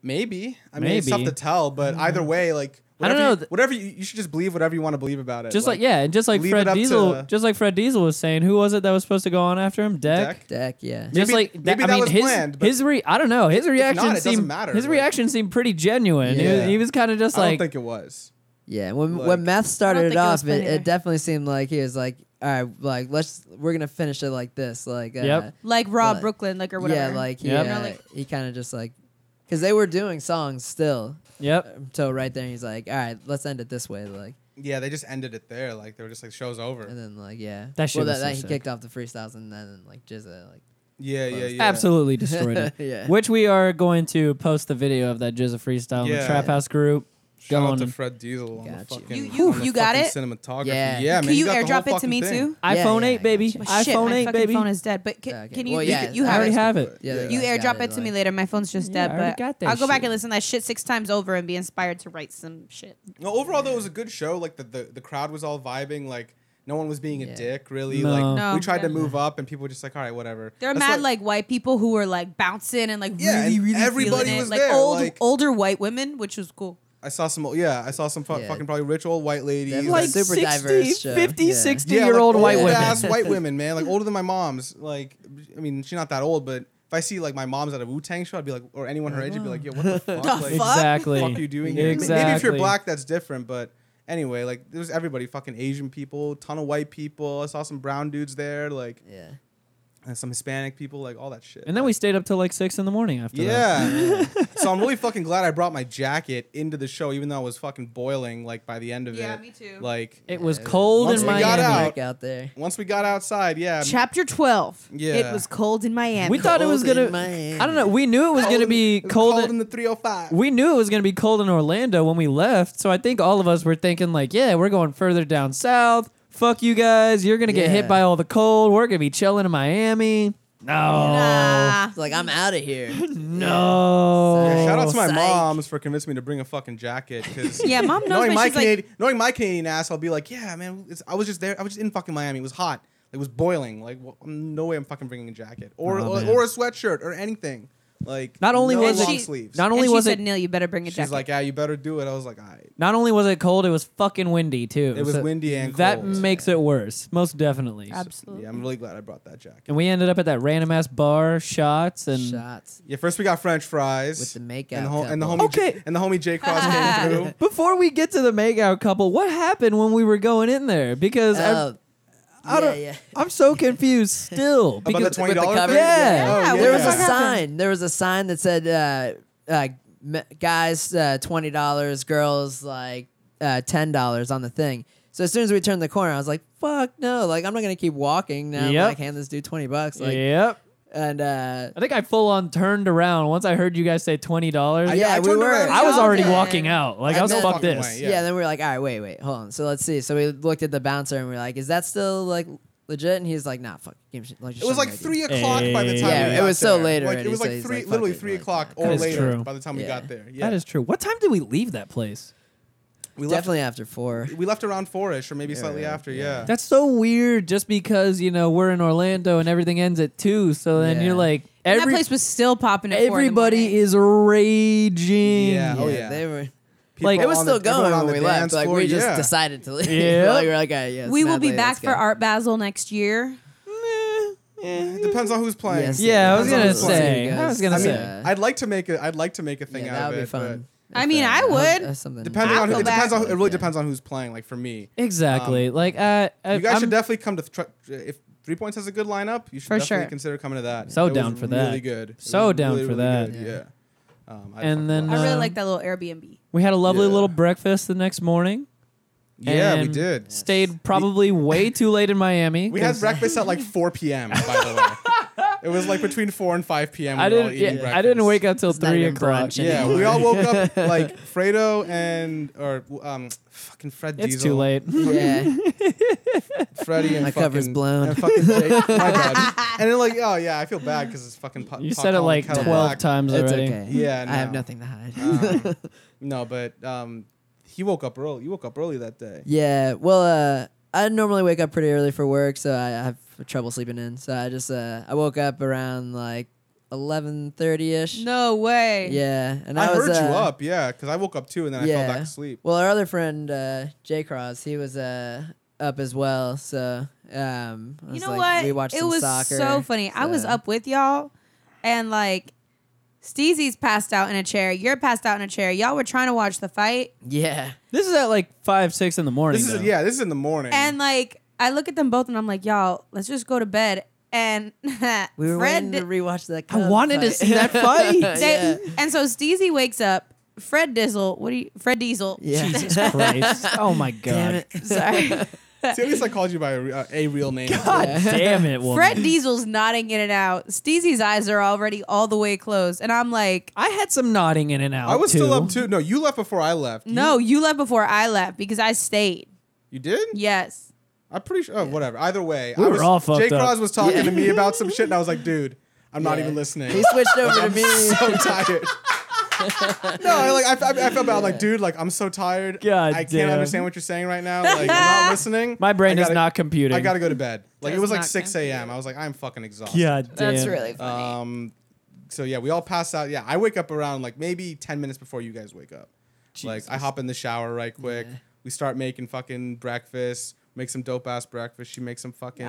Maybe. I mean, it's tough
Maybe. Mm-hmm.
to tell, but either way, like,
I don't
whatever
know.
You, whatever you, you should just believe whatever you want to believe about it.
just like, yeah, and just like
leave it
Fred
up
Diesel,
to-
just like Fred Diesel was saying, who was it that was supposed to go on after him? Deck.
Deck?
Deck, yeah.
Just
Maybe-
like
maybe
I
that
mean,
was
his
planned, but-
his re I don't know his reaction
not, it doesn't
seemed
matter,
his
like-
reason seemed pretty genuine. He, was,
Yeah.
he was kind of just
I don't
like
think it was.
Yeah, when
Like-
when Meth started
think
it
it was
off, it,
funny.
it definitely seemed like he was like, all right, like let's we're gonna finish it like this, like uh,
Yep.
Like Rob
But-
Brooklyn, like or
yeah,
whatever.
like
Yep.
yeah,
You know, like-
he kind of just like because they were doing songs still
yep.
until right there, he's like, all right, let's end it this way, like,
Yeah, they just ended it there. Like they were just like show's
and
over.
then like yeah,
That shit
well,
was so
he
sick.
kicked off the freestyles and then like Jizza, like
Yeah, yeah, yeah.
Absolutely destroyed it.
Yeah.
Which we are going to post the video of that Jizza freestyle in the
Yeah.
Trap House group.
Shout
going.
out to Fred Diesel on
Got
the
you.
fucking,
You- you-
on the
you got
fucking
it?
cinematography.
Yeah.
Yeah, man.
Can you
got the whole
airdrop it to
fucking
me
thing.
too?
Yeah,
iPhone
yeah,
8, baby.
I
Shit,
iPhone
my
8,
fucking
baby.
phone is dead. But can,
Yeah, okay.
can you?
Well,
you-
yeah,
you
I
I
have
already
it.
have it.
Yeah,
You
the
You
guy's got
airdrop it to
like-
me later. My phone's
Yeah,
just
I
dead,
already
but
got that
I'll go back
shit.
and listen to that shit six times over and be inspired to write some shit.
No, overall though, it was a good show. Like the the, the crowd was all vibing. Like no one was being
Yeah.
a dick. Really.
No.
Like
No.
we tried to
Yeah.
move up, and people were just like, all right, whatever.
There are
That's
mad like, white people who were like bouncing and like
Yeah,
really,
and
really
everybody
feeling it.
was
like
there,
old,
like-
older white women, which was cool.
I saw some. Yeah, I saw some fu-
Yeah.
fucking probably rich old white ladies.
Definitely.
Like
and-
Super
60,
diverse show.
50,
Yeah.
60
Yeah, like
year old white
old
women.
ass white women, man, like older than my mom's. Like, I mean, she's not that old, but if I see like my mom's at a Wu Tang show, I'd be like, or anyone her age, I'd be like, yo, what the fuck?
The
like,
fuck?
Exactly.
fuck you doing here? M-
exactly.
Maybe if you're black, that's different. But anyway, like there was everybody, fucking Asian people, ton of white people. I saw some brown dudes there, like
Yeah.
and some Hispanic people, like all that shit.
And then we stayed up till like six in the morning after that.
yeah. so I'm really fucking glad I brought my jacket into the show, even though I was fucking boiling like by the end of
Yeah,
it.
me too.
Like
It was cold
Once
in
we
Miami.
got out-
Back out there.
once we got outside, yeah,
Chapter twelve. It
Yeah.
was cold in Miami.
we thought it was
Cold
gonna.
in Miami.
I don't know. We knew it was gonna be
It was
cold. in-
in the 305.
we knew it was gonna be cold in Orlando when we left. So I think all of us were thinking like, yeah, we're going further down south. Fuck you guys. You're gonna get
Yeah.
hit by all the cold. We're gonna be chilling in Miami. No. Oh.
Nah.
It's like I'm out of here.
No.
Yeah, shout out to my
Psych.
moms for convincing me to bring a fucking jacket. 'cause
Oh, Yeah, mom knows
knowing
when
my
she's like-
Canadian, knowing my Canadian ass, I'll be like, yeah, man, it's, I was just there. I was just in fucking Miami. It was hot. It was boiling. Like, wh- no way I'm fucking bringing a jacket or
Aw,
or,
man.
or a sweatshirt or anything. Like,
Not only
no
was
long
it-
sleeves.
Not only
and she
was
said,
it.
"Neil, you better bring a
she's
jacket."
like, yeah, you better do it. I was like, all right.
Not only was it cold, it was fucking windy too.
It was windy and
that
cold.
makes it worse, most definitely.
Absolutely.
Yeah, I'm really glad I brought that jacket.
And we ended up at that random ass bar, shots and
Shots
Yeah, first we got French fries
with the makeout.
and the, ho- and the
couple.
homie
Okay.
J- and the homie J Cross came through.
Before we get to the makeout couple, what happened when we were going in there? Because
Oh,
Uh,
I, I
yeah,
don't,
yeah.
I'm so confused still.
About
Because
the
with
twenty
the
dollars.
cover?
Yeah.
Yeah,
There was
Yeah.
a
What happened?
sign. There was a sign that said, uh, uh, m- "Guys, uh, twenty dollars. Girls, like uh, ten dollars on the thing." So as soon as we turned the corner, I was like, "Fuck no! Like I'm not gonna keep walking now. I'm
Yep.
Like hand this dude twenty bucks. Oh. Like
yep.
and uh,
I think I full on turned around once I heard you guys say twenty dollars.
I-
I,
yeah,
I
we
turned
were.
around.
I
was
Y'all
already
did.
walking out. Like I,
I
was
know
fuck
fucking
this.
way,
yeah.
Yeah.
Then we were like, "All right, wait, wait, hold on." So let's see. So we looked at the bouncer and we are like, "Is that still like legit?" And he's like, "Nah, fuck." Give him shit. Like,
It was like three o'clock by the
Hey.
time.
Yeah,
we
it
got
was so
there.
late
Like,
already,
it was
so
like
he's
three,
like,
literally
fuck it,
three
like,
o'clock
yeah.
or
That is
later
true.
by the time we
Yeah.
got there. Yeah,
That is true. What time did we leave that place?
we left,
definitely after four.
we left around four-ish or maybe slightly after. Yeah,
That's so weird. Just because you know we're in Orlando and everything ends at two, so then
Yeah.
you're like
And that
every
place was still popping. At four in the
everybody
morning.
is raging.
Yeah. Oh, yeah.
they were.
People
Like,
it was
on
still
the- everyone
going
on
when
the
we left.
dance
Like
floor,
we just
yeah.
decided to leave.
Yeah.
like, we're like, all right, yeah, it's
We will
mad
be
late,
back
let's
for
go."
Art Basel next year.
Eh, It depends on who's playing.
Yes.
Yeah, I was
That's
gonna
what I'm saying,
say. I
guys.
was
I
gonna
mean,
say.
Yeah.
I'd like to make a. I'd like to make a thing
Yeah,
out
that
of
would be
it. but
fun.
I mean, I would.
That's something.
Depending on
I'll
who,
go
it depends
back.
on who- it really depends on who's playing. Like for me,
Exactly. like I, I
you guys
I'm,
should definitely come to. Tr- if Three Points has a good lineup, you should
For
definitely
sure.
consider coming to that.
So
It was
down for that.
Really good. It
So
was
down
really,
for
really
that.
good, Yeah. Um, I'd
And
fuck
then,
with
I really
Um,
like that little Airbnb.
we had a lovely
Yeah.
little breakfast the next morning.
that. yeah, we
and
did.
Stayed probably way too late in Miami.
We had
'cause
breakfast at like 4 p.m. By the way, it was like between 4 and 5 p.m. We
I
were all
didn't.
eating
Yeah,
breakfast.
I didn't wake up till
not
three
even
o'clock.
brunch
Yeah,
anymore.
we all woke up like Fredo and or um fucking Fred
It's
Diesel.
too late.
Yeah,
Freddy and
My
fucking,
cover's blown.
And fucking Jake. My bad. And then like, oh yeah, I feel bad because it's fucking. Po-
You
Pop
said it
Colin
like
Cadillac.
twelve times
it's
already.
okay.
Yeah,
I have
no.
nothing to hide.
Um, no, but um, he woke up early. You woke up early that day.
yeah, well, uh, I normally wake up pretty early for work, so I have trouble sleeping in. So I just uh, I woke up around like eleven thirty ish.
No way.
Yeah, and
I,
I, was,
heard you
uh,
up, yeah, because I woke up too, and then I
yeah.
fell back asleep.
Well, our other friend uh, Jay Cross, he was uh, up as well. So um, I
You
was
know
like,
what?
We watched
it
some
was
soccer.
so funny. I was
so-
up with y'all, and like, Steezy's passed out in a chair. You're passed out in a chair. Y'all were trying to watch the fight,
Yeah.
This is at like five, six in the morning.
This is
though.
yeah, this is in the morning.
and like, I look at them both, and I'm like, y'all, let's just go to bed. And
We were
Fred,
waiting to rewatch that.
I wanted to
fight.
see that fight.
they- and so Steezy wakes up. Fred Dizzle, what do you? Fred Diesel.
Yeah.
Jesus Christ! Oh my god!
Damn it.
Sorry.
See, at least I called you by a, re- uh, a real name.
God damn it, woman.
Fred Diesel's nodding in and out. Steezy's eyes are already all the way closed, and I'm like,
I had some nodding in and out.
I was still up
too.
too. No, you left before I left. You-
"No, you left before I left because I stayed."
you did.
Yes,
I'm pretty sure. Oh, whatever. Either way,
We
I
were
was,
all fucked
Jay
up.
Cross was talking to me about some shit, and I was like, dude, I'm not even listening.
He switched over to me.
so tired. no, I like I, I, I felt bad. Like, dude, like I'm so tired.
God
I can't
damn.
understand what you're saying right now. Like, I'm not listening.
My brain
I
is
gotta-
not computing.
I gotta go to bed. Like it
Does
was like
not
6 a.m. I was like, I'm fucking exhausted.
God damn.
that's really funny.
Um, so yeah, we all pass out. Yeah, I wake up around like maybe 10 minutes before you guys wake up. Like I hop in the shower right quick. We start making fucking breakfast. Make some dope ass breakfast. She makes some fucking.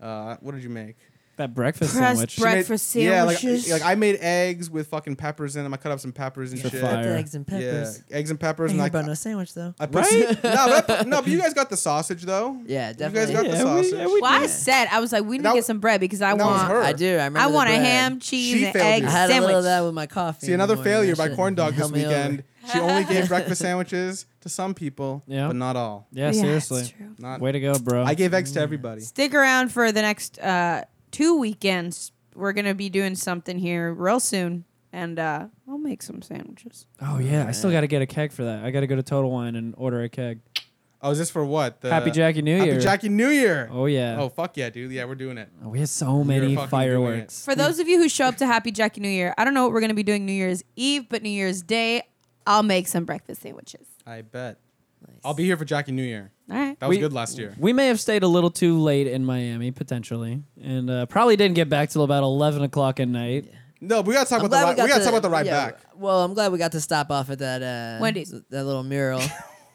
Uh, what did you make?
that breakfast
Pressed
sandwich.
She made-
Breakfast sandwiches.
Yeah, like, like I made eggs with fucking peppers in them. I cut up some peppers and
For
shit.
fire.
Eggs and peppers.
Yeah, eggs and peppers.
I
and
hear
I,
about no sandwich though.
I put
Right?
some- no, but I put- no, but you guys got the sausage though.
Yeah,
You
definitely.
guys got
Yeah,
the
we-
sausage.
yeah, we
Well, I
Yeah.
said I was like, we need
That
to
was-
get some bread because I
that was her.
want,
I do. I remember.
I
the
want a
bread.
ham, cheese,
She
and
failed
I
egg
you.
had
sandwich.
a little of that with my coffee.
See
in the
another
morning.
failure
That
by
shit
corn dog this
held me over.
weekend. She only gave breakfast sandwiches to some people,
Yeah.
but not all.
Yeah,
Yeah, that's
seriously.
true.
Not
Way to go, bro.
I gave eggs
mm.
to everybody.
Stick around for the next uh, two weekends. We're gonna be doing something here real soon, and uh, I'll make some sandwiches.
oh yeah, I still got to get a keg for that. I got to go to Total Wine and order a keg.
Oh, is this for what? The
Happy Jackie New Year.
Happy Jackie New Year.
Oh yeah.
Oh fuck yeah, dude. Yeah, we're doing it.
Oh, we had so
were
many
fucking
fireworks.
For those of you who show up to Happy Jackie New Year, I don't know what we're gonna be doing New Year's Eve, but New Year's Day, I'll make some breakfast sandwiches.
I bet. I'll be here for Jackie New Year.
All right.
That was
We-
good last year.
We may have stayed a little too late in Miami potentially, and uh, probably didn't get back till about eleven o'clock at night.
No, we gotta talk
I'm
about the
glad
ride. We, gotta talk about the ride
yeah,
back.
Well, I'm glad we got to stop off at that uh,
Wendy's.
that little mural.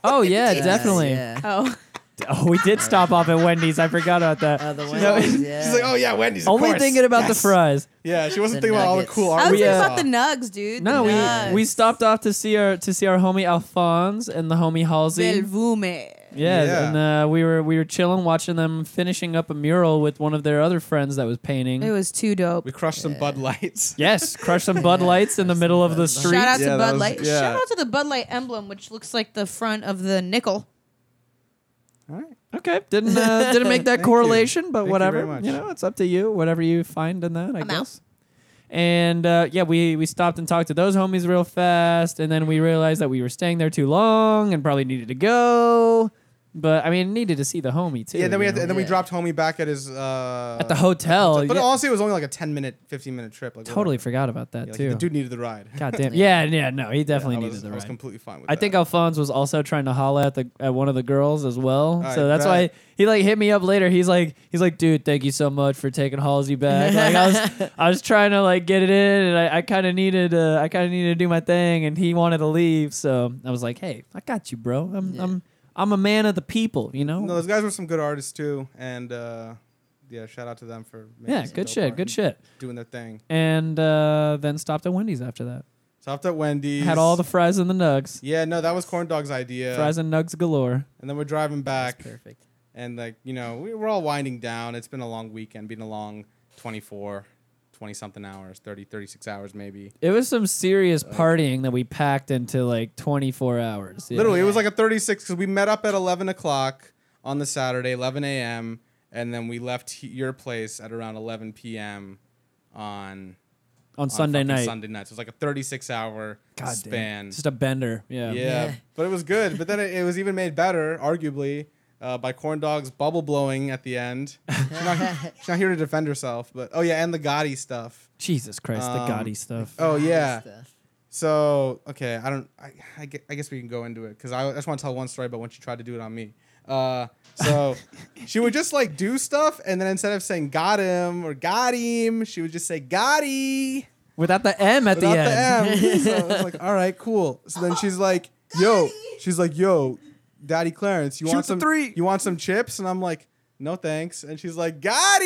Oh yeah,
Uh,
definitely.
yeah.
Oh,
Oh, we did stop off at Wendy's. I forgot about that.
Uh, the
She's
Wendy's,
always-
yeah.
She's like, oh yeah, Wendy's. of
Only
course.
thinking about the
Yes.
fries.
Yeah, she wasn't
The
thinking about all the
nuggets.
cool
I
art.
was
we
thinking
uh,
saw.
about the nugs, dude.
No,
the
we
nugs.
we stopped off to see our to see our homie Alphonse and the homie Halsey.
Del Vume.
Yeah,
Yeah.
and uh, we were we were chilling, watching them finishing up a mural with one of their other friends that was painting.
It was too dope.
We crushed some Bud Lights.
yes, crush some Bud Lights in the middle of the street.
Shout out
Yeah,
to
that
Bud
was-
Light.
yeah.
Shout out to the Bud Light emblem, which looks like the front of the nickel.
Okay, didn't uh, didn't make that
you.
correlation, but
Thank you
whatever.
very
You,
much.
know, it's up to you. Whatever you find in that, I
I'm out.
guess. And uh, yeah, we we stopped and talked to those homies real fast, and then we realized that we were staying there too long and probably needed to go. But I mean, needed to see the homie too.
Yeah, then we
you
had to,
know?
and then we
Yeah.
dropped homie back at his uh,
at the hotel.
But
Oh, yeah,
honestly, it was only like a ten minute, fifteen minute trip. Like
totally
whatever.
forgot about that
Yeah, like,
too.
The dude needed the ride.
God damn. Yeah, yeah, no, he definitely
I
needed
was,
the
I was
ride.
completely fine with
I
that.
think Alphonse was also trying to holla at the at one of the girls as well.
I
so that's why
bet.
he like hit me up later. He's like he's like, dude, thank you so much for taking Halsey back. Like I was I was trying to like get it in and I, I kinda needed uh, I kinda needed to do my thing and he wanted to leave. So I was like, Hey, I got you, bro. I'm I'm I'm a man of the people, you know?
No, those guys were some good artists too, and uh, yeah, shout out to them for making
yeah,
some
good
dope
shit,
art
good
and
shit.
doing their thing.
And uh, then stopped at Wendy's after that.
Stopped at Wendy's.
Had all the fries and the nugs.
yeah, no, that was Corn Dog's idea.
Fries and nugs galore.
And then we're driving back,
Perfect.
and like you know, we were all winding down. It's been a long weekend, been a long 24, 20 something hours, 30, 36 hours maybe.
It was some serious partying that we packed into like 24 hours. Yeah.
Literally, it was like a 36 because we met up at 11 o'clock on the Saturday, 11 a.m., and then we left he- your place at around 11 p.m. on,
on
on
Sunday
fucking
night.
Sunday night. So it's like a 36 hour
God
span.
damn. Just a bender. Yeah.
yeah.
Yeah.
but it was good. But then it, it was even made better, arguably, uh, by Corn Dog's bubble blowing at the end. She's not, she's not here to defend herself, but oh yeah, and the Gotti stuff.
Jesus Christ,
Um,
the gaudy stuff.
Oh yeah.
Stuff.
So okay, I don't. I, I, gue- I guess we can go into it because I, I just want to tell one story about when she tried to do it on me. Uh, so she would just like do stuff, and then instead of saying "got him" or "got him," she would just say "gotti"
Without the M at
without
the end.
the M. so it's like, all right, cool. So then she's like, "Yo," she's like, "Yo, Daddy Clarence, you
Shoot
want
the
some
three."
You want some chips?" And I'm like, "No thanks." And she's like, "Gotti."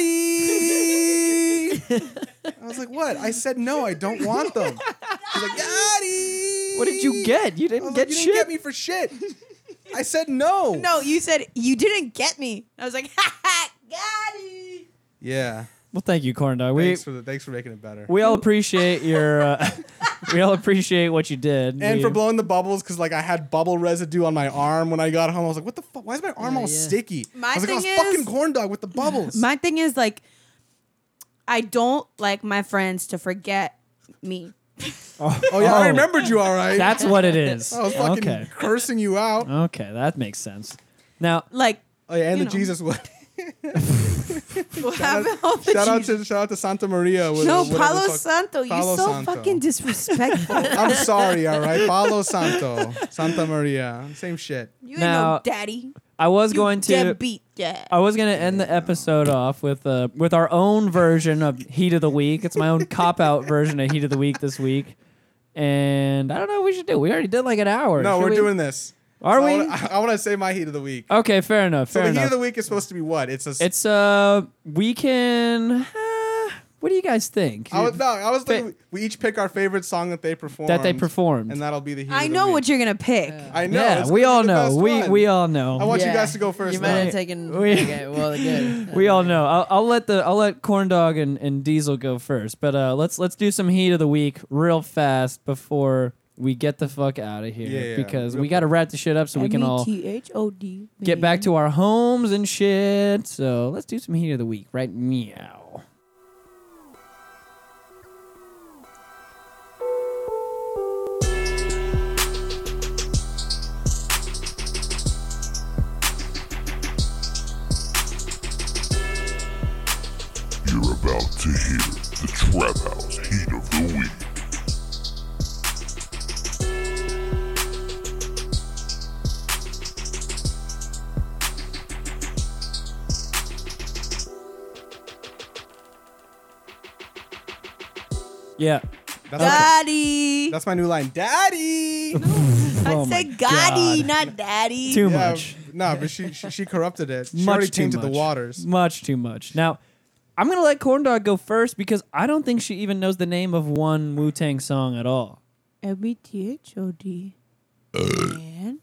I was like, "What?" I said, "No, I don't want them." She's like, "Gotti."
what did you get? You
I
didn't
was
get
like, you
shit.
didn't get me for shit. I said no.
No, you said you didn't get me. I was like, ha ha, got it.
Yeah.
well, thank you, Corn Dog. We
Thanks for the, thanks for making it better.
we all appreciate your uh, we all appreciate what you did.
And
We-
for blowing the bubbles, because like I had bubble residue on my arm when I got home. I was like, what the fuck? Why is my arm
Yeah,
all
yeah.
sticky?
My
I was like, I was
thing
fucking
is-
corn dog with the bubbles.
My thing is like, I don't like my friends to forget me.
oh yeah, I
Oh.
remembered you all right.
that's what it is.
I was fucking
okay,
cursing you out.
okay, that makes sense. Now,
Like,
Oh yeah, and
You
the
know.
Jesus one.
what happened?
shout out to shout out to Santa Maria. with- uh,
no,
whatever the
Palo
fuck-
Santo.
Palo
You're so
Santo.
fucking disrespectful.
I'm sorry, all right. Palo Santo, Santa Maria, same shit.
you ain't
Now,
no daddy.
I was
You
going to
deadbeat. Yeah.
I was gonna end the episode off with uh, with our own version of Heat of the Week. It's my own cop out version of Heat of the Week this week, and I don't know what we should do. We already did like an hour.
No,
Should
we're
we-
doing this.
Are
So I
we?
wanna- I want to say my heat of the week.
Okay, fair enough.
so
Fair
the heat
enough.
of the week is supposed to be what? It's a. s-
it's uh, we can. Uh, what do you guys think
I was, no, I was
Fa-
thinking we each pick our favorite song that they performed.
that they performed?
and that'll be the heat.
I
of the
know
week.
what you're gonna pick.
I know.
yeah,
it's
we
gonna be
all
the
know.
best
We
one.
we all
I
know.
want you guys to go first.
You might have
though.
taken.
We-
okay, well, good.
We all know. I'll, I'll let the I'll let Corn Dog and, and Diesel go first, but uh, let's let's do some heat of the week real fast before we get the fuck out of here
Yeah, yeah,
because
real
we got to wrap the shit up so we can all
E M-E-T-H-O-D,
get back
man.
to our homes and shit. So let's do some heat of the week right meow.
You're about to hear the Trap House Heat of the Week.
Yeah.
That's, my,
Daddy.
that's my new line, Daddy.
Oh
I
my
said
God.
Gotti, not Daddy.
Too
Yeah,
much.
No, but she, she she corrupted it. She
much
already
too
tainted the
much.
waters.
Much too much. Now, I'm gonna let Corn Dog go first because I don't think she even knows the name of one Wu Tang song at all.
M-E-T-H-O-D. Man.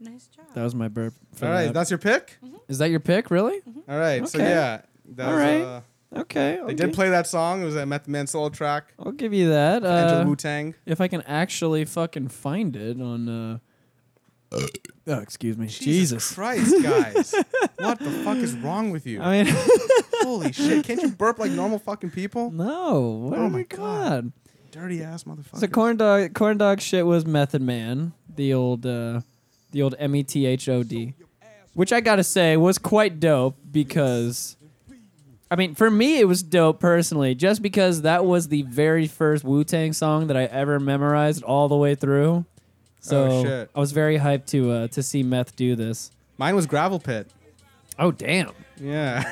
Nice job.
That was my burp. for
All right,
that.
that's your pick.
Is that your pick, really?
Mm-hmm.
All right, so
Okay.
yeah, that
All
was,
right.
uh,
Okay. I'll
they
gi-
did play that song. It was that Method Man solo track.
I'll give you that.
Enter the
Uh,
Wu Tang.
if I can actually fucking find it on. Uh, oh, excuse me. Jesus.
Christ, guys, what the fuck is wrong with you?
I mean,
Holy shit! Can't you burp like normal fucking people?
no. What
Oh
oh
my
my god.
Dirty ass motherfucker.
So corn dog, corn dog shit was Method Man, the old, uh, the old M E T H O D, which I gotta say was quite dope because, I mean, for me it was dope personally, just because that was the very first Wu Tang song that I ever memorized all the way through. So
Oh, shit.
I was very hyped to uh, to see Meth do this.
Mine was Gravel Pit.
Oh damn,
Yeah,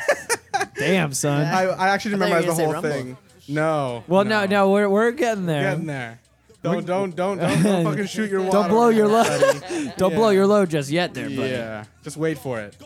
damn son.
I, I actually didn't
I thought
memorize
you
the
were
whole
gonna say
thing. No.
well, no, no, we're we're getting there.
Getting there. Don't don't don't don't, don't fucking shoot your.
Don't
wad
blow
over
your
there,
load.
buddy.
Don't
Yeah.
blow your load just yet, there, buddy.
Yeah, just wait for it.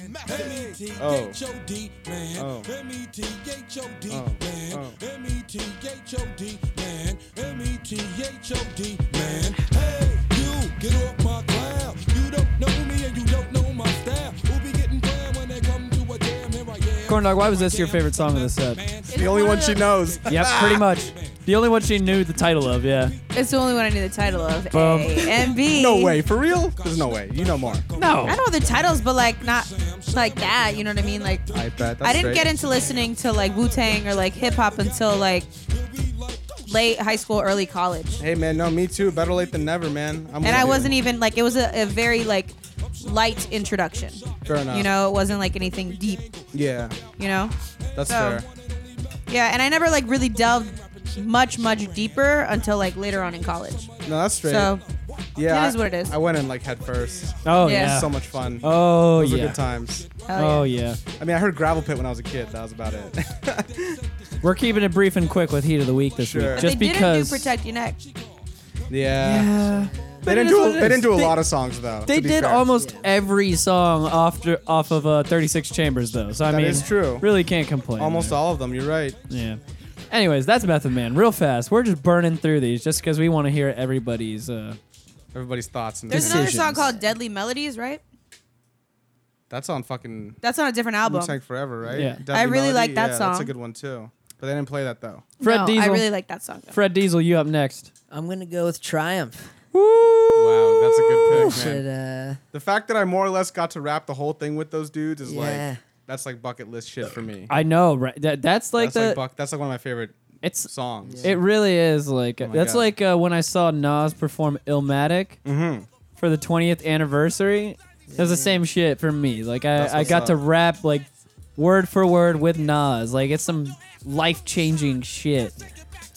Oh.
M-E-T-H-O-D,
Oh.
man. M-E-T-H-O-D,
Oh.
man.
Oh.
M-E-T-H-O-D, man. M-E-T-H-O-D, man. Hey, you, get off my cloud. You don't know me and you don't know my style. Who be getting clown when they come to a jam? Here I am.
Corn dog, why was this your favorite song of the set?
Man,
The only one she knows.
Yep, pretty much. The only one she knew the title of, yeah.
It's the only one I knew the title of.
Boom.
A and B.
Um, No way, for real? There's no way. You know more.
I know the titles, but like not like that. You know what I mean? Like
I bet. That's
I didn't
great.
get into listening to like Wu Tang or like hip hop until like late high school, early college,
Hey man, no, me too. Better late than never, man. I'm with
and I
you.
wasn't even like it was a, a very like light introduction.
Fair enough.
You know, it wasn't like anything deep.
Yeah,
You know,
that's
So-
fair.
yeah, and I never like really delved much much deeper until like later on in college.
No, that's straight.
So
yeah,
it is what it is.
I went in like head first.
Oh
Yeah.
yeah.
So much fun.
Oh
Those were
yeah.
good times.
hell
Oh
yeah.
yeah.
I mean, I heard gravel pit when I was a kid. That was about it.
We're keeping it brief and quick with heat of the week this
Sure.
week,
But
just
they
because. uh,
didn't do protect your neck.
yeah.
Yeah.
They didn't do. They didn't do a lot of songs though.
They
to be
did
fair.
almost every song after off of uh, 36 Chambers though, so I
That
mean,
is true.
Really can't complain.
Almost
there.
all of them. You're right.
Yeah. Anyways, that's Method Man. Real fast. We're just burning through these just because we want to hear everybody's. Uh,
Everybody's thoughts and
There's another song
Decisions.
called Deadly Melodies, right?
That's on fucking
That's on a different
Wu
album.
Tang Forever, right?
Yeah.
Deadly
I really
Melody?
like that
Yeah, That's a
song.
good one too. But they didn't play that though.
Fred
no, I
Diesel.
really like that song. though.
Fred Diesel, you up next.
I'm gonna go with Triumph.
Wow, that's a good pick,
Should
Oh, man.
uh,
The fact that I more or less got to wrap the whole thing with those dudes is
Yeah.
like that's like bucket list shit for me.
I know, right? That, that's like
that's like
the
buck, that's like one of my favorite
it's
songs.
it really is like
Oh my
that's
God.
like uh, when I saw Nas perform Illmatic
Mm-hmm.
for the 20th anniversary. It was the same shit for me. Like
Mm. That's
I, I
what's
got to
up.
rap like word for word with Nas. Like it's some life changing shit.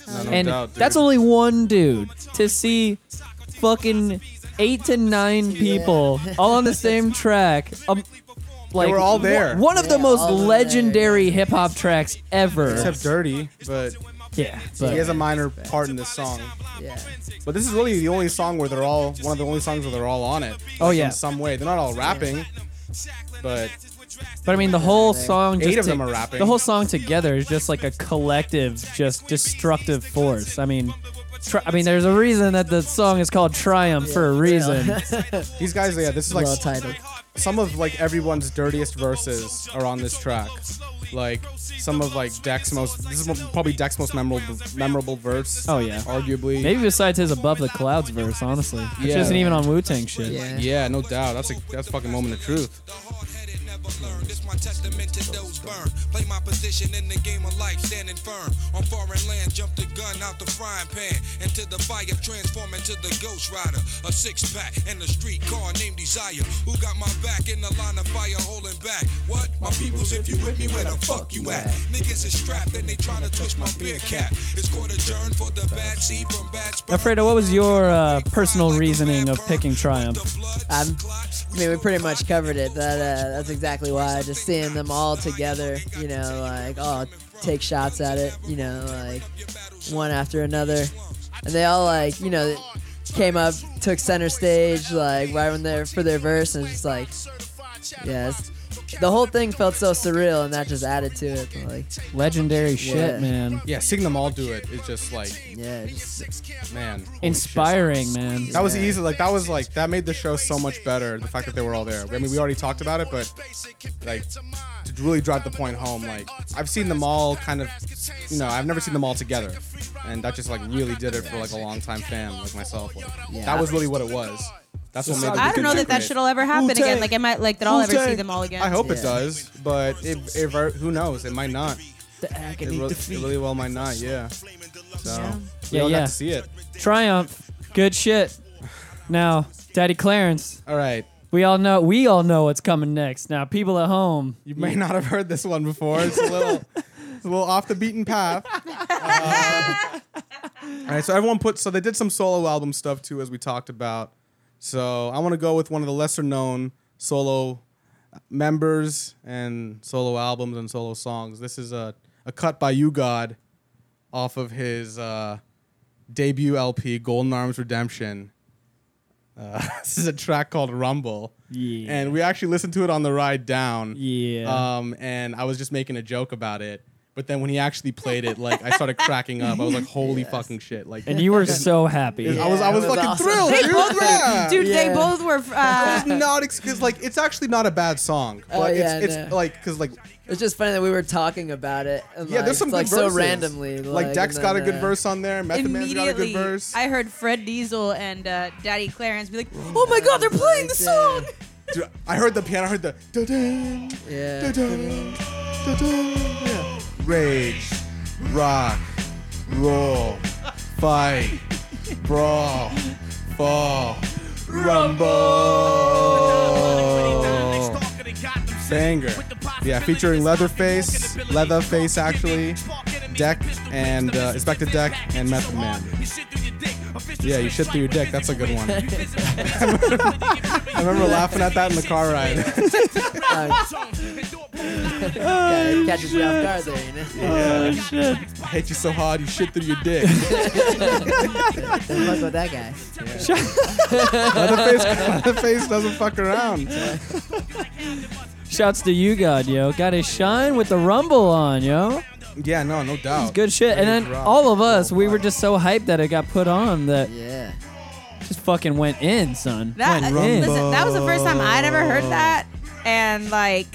No, no
and
doubt, dude.
that's only one dude to see fucking eight to nine people all on the same track. Um, like
were all
one-
there.
One of the
Yeah,
most
all there.
legendary hip hop tracks ever.
except Dirty, but
yeah, but
he has a minor part in this song.
yeah,
But this is really the only song where they're all one of the only songs where they're all on it.
Oh,
Like,
yeah.
in some way they're not all rapping, but
but I mean the whole song. Just
Eight of
to-
them are rapping.
The whole song together is just like a collective, just destructive force. I mean. Tri- I mean, there's a reason that the song is called Triumph for a reason.
these guys, yeah, this is like
well titled.
some of like everyone's dirtiest verses are on this track. Like some of like Deck's most this is probably Deck's most memorable memorable verse.
Oh, yeah.
arguably.
Maybe besides his Above the Clouds verse, honestly. Which
Yeah.
isn't even on Wu Tang shit.
Yeah.
Yeah, no doubt. That's a that's a fucking moment of truth.
hard-headed, never learn. This my testament to those burned. Play my position in the game of life, standing firm. On foreign land, jump the gun out the frying pan into the fire, transform into the ghost rider. A six pack and a street car named Desire. Who got my back in the line of fire, holding back? What? My peoples, if you with me, where the fuck you at? Niggas is strapped and they tryna twist my beer cap. It's court adjourned for the bad seed from bad sperm.
Alfredo, what was your uh, personal reasoning of picking Triumph?
I'm, Um, I mean, we pretty much covered it. That uh, that's exactly why. Just seeing them all together, you know, like all take shots at it, you know, like one after another, and they all like, you know, came up, took center stage, like right when they're for their verse, and just like, yes, the whole thing felt so surreal, and that just added to it. Like,
Legendary shit,
Yeah.
man.
Yeah, seeing them all do it is just like
yeah, just,
man.
Inspiring, man.
That was
Yeah.
easy. Like that was like that made the show so much better. The fact that they were all there. I mean, we already talked about it, but like to really drive the point home, like I've seen them all kind of, you know, I've never seen them all together, and that just like really did it for like a longtime fan like myself. Like
Yeah.
that was really what it was. That's what made. the
I don't know that that should all ever happen again.
Wu-Tang.
Like, am I like that? I'll ever see them all again.
I hope it
Yeah.
does, but if, if who knows, it might not.
the
It, re- it really well might not. Yeah. So we
Yeah,
all
yeah.
got to see it.
Triumph. Good shit. Now, Daddy Clarence,
All right.
we all know we all know what's coming next. Now, people at home,
You may not have heard this one before. It's a little, it's a little off the beaten path. Uh, all right, so everyone put so they did some solo album stuff too, as we talked about. So I want to go with one of the lesser known solo members and solo albums and solo songs. This is a a cut by You God off of his uh, debut LP, Golden Arms Redemption. Uh, this is a track called Rumble.
Yeah.
And we actually listened to it on the ride down.
Yeah.
Um, and I was just making a joke about it. But then when he actually played it, like I started cracking up. I was like, "Holy fucking shit!" Like,
and you were so happy.
I was, I
Yeah,
was
it was
fucking
awesome.
thrilled.
They
dude.
both-
Yeah.
Dude, they
Yeah.
both were. Uh,
not because like it's actually not a bad song, but
Oh, yeah,
it's, it's
no.
like because like
It's just funny that we were talking about it. And
yeah,
like,
there's some
like
good
so
verses.
randomly.
Like,
and
Dex got a
then,
good
uh,
verse on there. Method Man's got a good
immediately,
verse.
I heard Fred Diesel and uh, Daddy Clarence be like, "Oh my God, they're playing the song!"
Dude, I heard the piano. I heard the da-dun,
Yeah.
da-dun, da-dun. Yeah. rage, rock, roll, fight, brawl, fall, rumble. Banger. Yeah, featuring Leatherface, Leatherface actually, Deck and uh, Inspector Deck and Method Man. Yeah, you shit through your dick. That's a good one. I remember laughing at that in the car ride.
Yeah, it catches me off guard there, you know?
Yeah. I hate you so hard, you shit through your dick.
Don't fuck with that guy.
Leatherface, Leatherface doesn't fuck around.
Shouts to you, God, yo. Got his shine with the rumble on, yo.
Yeah, no, no doubt.
Good shit. And then all of us, we were just so hyped that it got put on that
Yeah.
just fucking went in, son.
That uh,
went in.
listen, that was the first time I'd ever heard that, and like,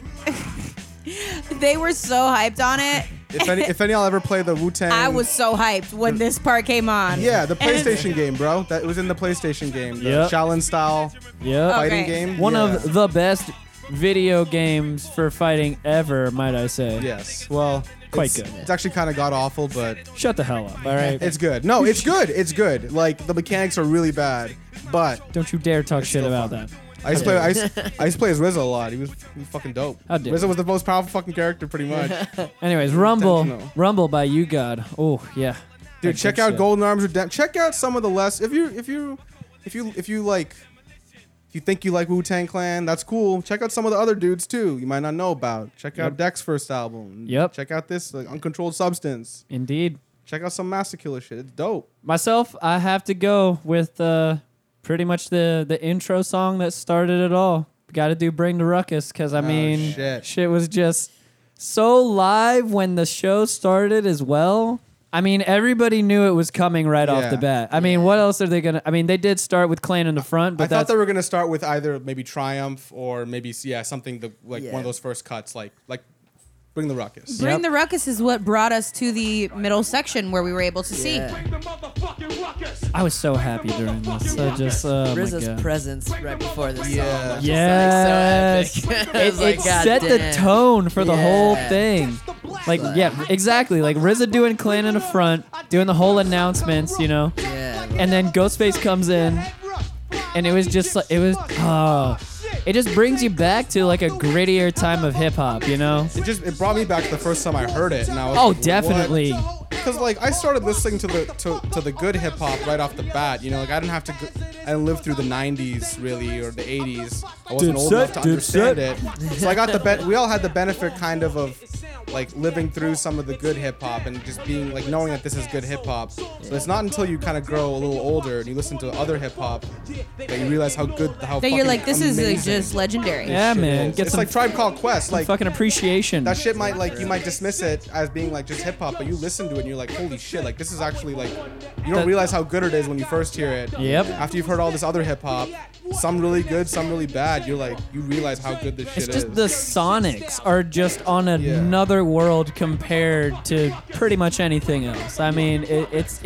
they were so hyped on it.
if any, if any, I'll ever play the Wu Tang.
I was so hyped when this part came on.
Yeah, the PlayStation game, bro. That it was in the PlayStation game, the
Yep.
Shaolin style
Yep.
fighting
Okay.
game.
One
Yeah.
of the best video games for fighting ever, might I say.
Yes. Well,
Quite
it's,
good.
It's actually kind of god awful, but
Shut the hell up, all right?
it's good. No, it's good. It's good. Like the mechanics are really bad, but
Don't you dare talk shit
still
about
fun.
that.
I used to play I used, I used to play as Rizzo a lot. He was, he was fucking dope.
How dare
Rizzo
you.
was the most powerful fucking character, pretty much.
Anyways, Rumble.
Intentional.
Rumble by You God. Oh, yeah.
Dude,
That's
check
good
out
shit.
Golden Arms Redemption. Check out some of the less. If you if you if you if you like if you think you like Wu Tang Clan, that's cool. Check out some of the other dudes too. You might not know about. Check out
Yep.
Deck's first album.
Yep.
Check out this like Uncontrolled Substance.
Indeed.
Check out some Master Killer shit. It's dope.
Myself, I have to go with uh, pretty much the, the intro song that started it all. Got to do Bring the Ruckus because, I mean,
Oh, shit.
was just so live when the show started as well. I mean, everybody knew it was coming right off
Yeah.
the bat. I mean, what else are they going to? I mean, they did start with Clan in the front, but
I thought
that's.
they were gonna start with either maybe Triumph or maybe yeah something the, like
Yeah.
one of those first cuts like like Bring the Ruckus.
Bring
Yep.
the Ruckus is what brought us to the middle section where we were able to see.
Yeah.
I was so happy during this. I just. Oh my
Rizzo's
God.
presence right before this
Yeah.
song.
Yes.
Yes. Like, so epic. I
it,
was
it
like, God
set the
damn.
tone for the
Yeah.
whole thing. Like, yeah, exactly. Like RZA doing Clan in the front, doing the whole announcements, you know,
Yeah.
and then Ghostface comes in, and it was just like it was. Oh, it just brings you back to like a grittier time of hip hop, you know.
It just it brought me back the first time I heard it. And I was
Oh,
like, what?
definitely.
Because like I started listening to the to, to the good hip hop right off the bat, you know, like I didn't have to go, I didn't live through the '90s really or the '80s. I wasn't old
Dipset,
enough to understand it, so I got the ben- we all had the benefit kind of of like living through some of the good hip hop and just being like knowing that this is good hip hop. So it's not until you kind of grow a little older and you listen to other hip hop that you realize how good how
That you're
fucking
like, this is
amazing
like, just legendary.
Yeah,
it
man.
is.
Get
it's
some
like Tribe Called Quest, like.
fucking appreciation.
That shit might like you might dismiss it as being like just hip hop, but you listen to it and you're like, holy shit, like this is actually like you
That-
don't realize how good it is when you first hear it.
Yep.
After you've heard all this other hip hop, some really good, some really bad, you're like you realize how good this
It's
shit
just
is.
the Sonics are just on another world compared to pretty much anything else. I mean, it, it's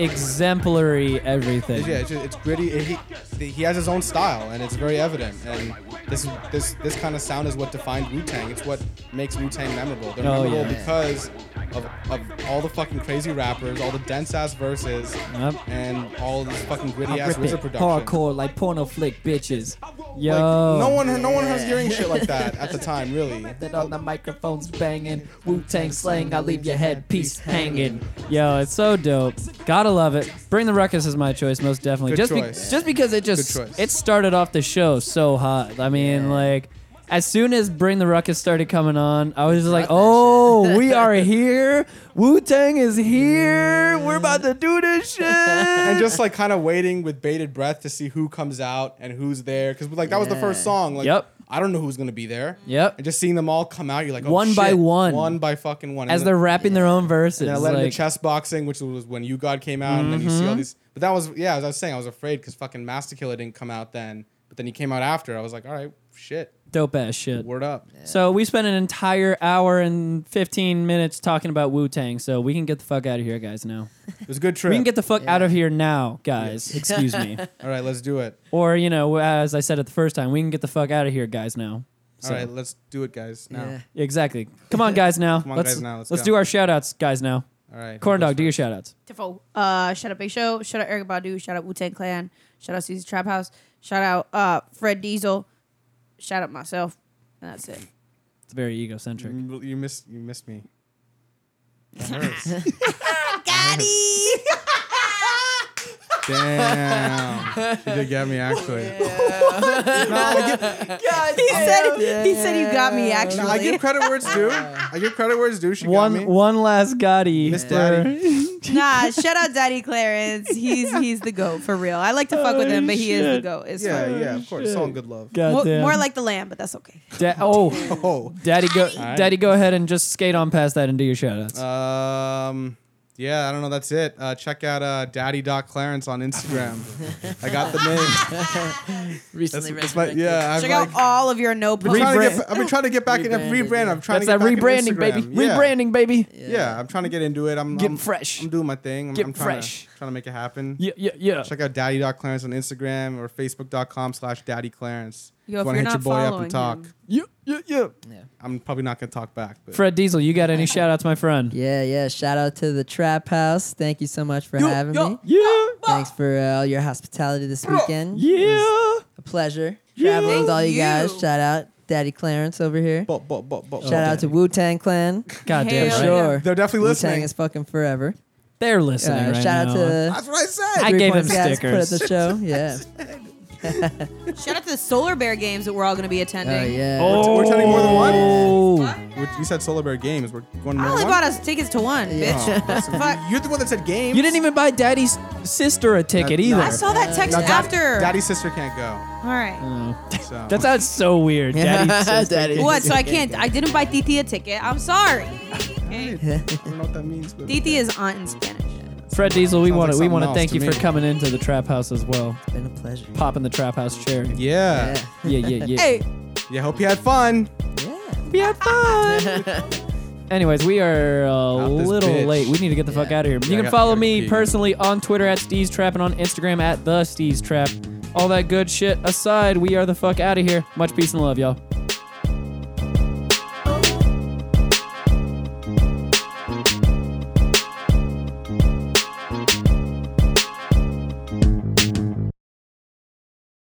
exemplary everything.
yeah, it's, just, it's gritty. It, he, he has his own style, and it's very evident. And this this this kind of sound is what defined Wu Tang. It's what makes Wu Tang memorable. They're
Oh,
memorable
yeah.
because of, of all the fucking crazy rappers, all the dense ass verses,
Yep.
and all this fucking
I
gritty ass
rip
RZA
it
production.
hardcore like porno flick bitches. Yo,
Like, no
Oh.
one, no one was hearing shit like that at the time, really.
That on the microphones banging, Wu Tang slang. I leave your headpiece hanging. Yo, it's so dope. Gotta love it. Bring the Ruckus is my choice, most definitely.
Good
just be-
choice.
just because it just
Good choice.
it started off the show so hot. I mean, like. As soon as Bring the Ruckus started coming on, I was just like, "Oh, we are here! Wu Tang is here! We're about to do this shit!"
And just like kind of waiting with bated breath to see who comes out and who's there, because like that was the first
Yeah.
song. Like,
Yep.
I don't know who's gonna be there.
Yep.
And just seeing them all come out, you're like, oh,
One by
shit.
one.
one by fucking one.
As
And then-
they're rapping their own verses,
and I led
like, Mm-hmm.
into chess boxing, which was when You God came out, and then you see all these. But that was yeah, as I was saying, I was afraid because fucking Master Killer didn't come out then, but then he came out after. I was like, all right, shit,
dope ass shit.
word up.
So we spent an entire hour and 15 minutes talking about Wu Tang. So we can get the fuck out of here, guys. Now
It was a good trip.
we can get the fuck out of here now, guys. Excuse me.
all right, let's do it.
Or you know, as I said it the first time, we can get the fuck out of here, guys. Now.
All right, let's do it, guys. Now.
Yeah.
Exactly. Come on, guys. Now.
Come on,
let's
guys, now. Let's
let's
go.
do our shout outs, guys. Now.
All right.
Corn dog,
let's
do your shout outs.
Tifo. Uh, shout out Big Show. Shout out Eric Badu. Shout out Wu Tang Clan. Shout out Susie Trap House. Shout out uh, Fred Diesel. Shout out myself. And that's it.
It's very egocentric.
You you missed you missed me. That hurts. Damn. She did get me actually.
he said he said you got me
No, I
actually.
give credit where it's due. I give credit where it's due. She
One
got me.
one last Gotti.
Miss
for-
Daddy.
nah, shout out Daddy Clarence. He's he's the goat for real. I like to fuck with him, but he is the
shit.
goat. It's
Oh, Yeah,
fine.
yeah, of course. It's all in good love.
God
Mo-
damn.
more like the lamb, but that's okay.
Da- oh,
Oh.
daddy go,
right. Uh,
daddy go ahead and just skate on past that and do your shout outs.
Um. yeah, I don't know. That's it. Uh, check out uh, Daddy.Clarence on Instagram. I got the name. That's,
Recently
that's my,
resurrected.
yeah, I'm
Check
like,
out all of your no
I'm trying to
Rebrand.
get, I've been trying to get back in. I've
Rebranded,
rebrand.
yeah.
I'm trying
That's
to
that
get back on
rebranding, baby.
Instagram. Yeah.
Rebranding, baby.
Yeah. I'm trying to get into it. I'm
Get
I'm,
fresh.
I'm doing my thing. I'm,
Get
I'm trying
fresh.
To, trying to make it happen.
Yeah, yeah, yeah.
Check out daddy.clarence on Instagram or facebook.com slash daddyclarence.
Yo,
you
if
wanna
you're
hit your
not
boy up
following
and talk.
him.
Yeah, yeah, yeah.
Yeah.
I'm probably not going to talk back. But
Fred Diesel, you got any shout outs, my friend?
Yeah, yeah. Shout out to the Trap House. Thank you so much for having me.
Yeah,
Thanks for uh, all your hospitality this weekend. It was
yeah.
a pleasure traveling with all you, guys.
you.
Shout out Daddy Clarence over here.
But, but, but, but,
Shout out to Wu Tang Clan.
God damn
Hell
right.
yeah.
Sure.
They're definitely
Wu Tang
listening.
is fucking forever.
They're listening
Uh,
right
shout
now.
out to
That's what I said.
I
Three
gave him
Points guys put at
stickers.
the show. Yeah.
Shout out to the Solar Bear games that we're all going to be attending.
Oh
Uh,
yeah.
oh,
We're telling more than one?
one.
We're- You said Solar Bear Games. We're going to
I only
one? Oh,
bought us tickets to one, bitch. Fuck.
You're the one that said games.
You didn't even buy Daddy's sister a ticket
Uh,
either.
no.
I saw that text
No, Dad-
after.
Daddy's sister can't go.
All right.
So.
That sounds so weird. Daddy's sister.
Daddy.
What? So I can't. I didn't buy Titi a ticket. I'm sorry.
I
Okay.
don't know what that means. But
Titi is aunt in Spanish.
Fred Diesel, we
Sounds
want to
like
we want to
something
thank
else
you
to
for
me.
coming into the trap house as well.
It's been a pleasure.
Popping the trap house chair. Yeah,
yeah.
Yeah.
yeah, yeah.
Hey,
Yeah. Hope you had fun.
Yeah.
we had fun. Anyways, we are a
this
little
bitch.
late. We need to get the fuck out of here.
I
you can
got-
follow
gotta
me
pee.
personally on Twitter at Steez Trap and on Instagram at the Steez Trap. All that good shit aside, we are the fuck out of here. Much peace and love, y'all.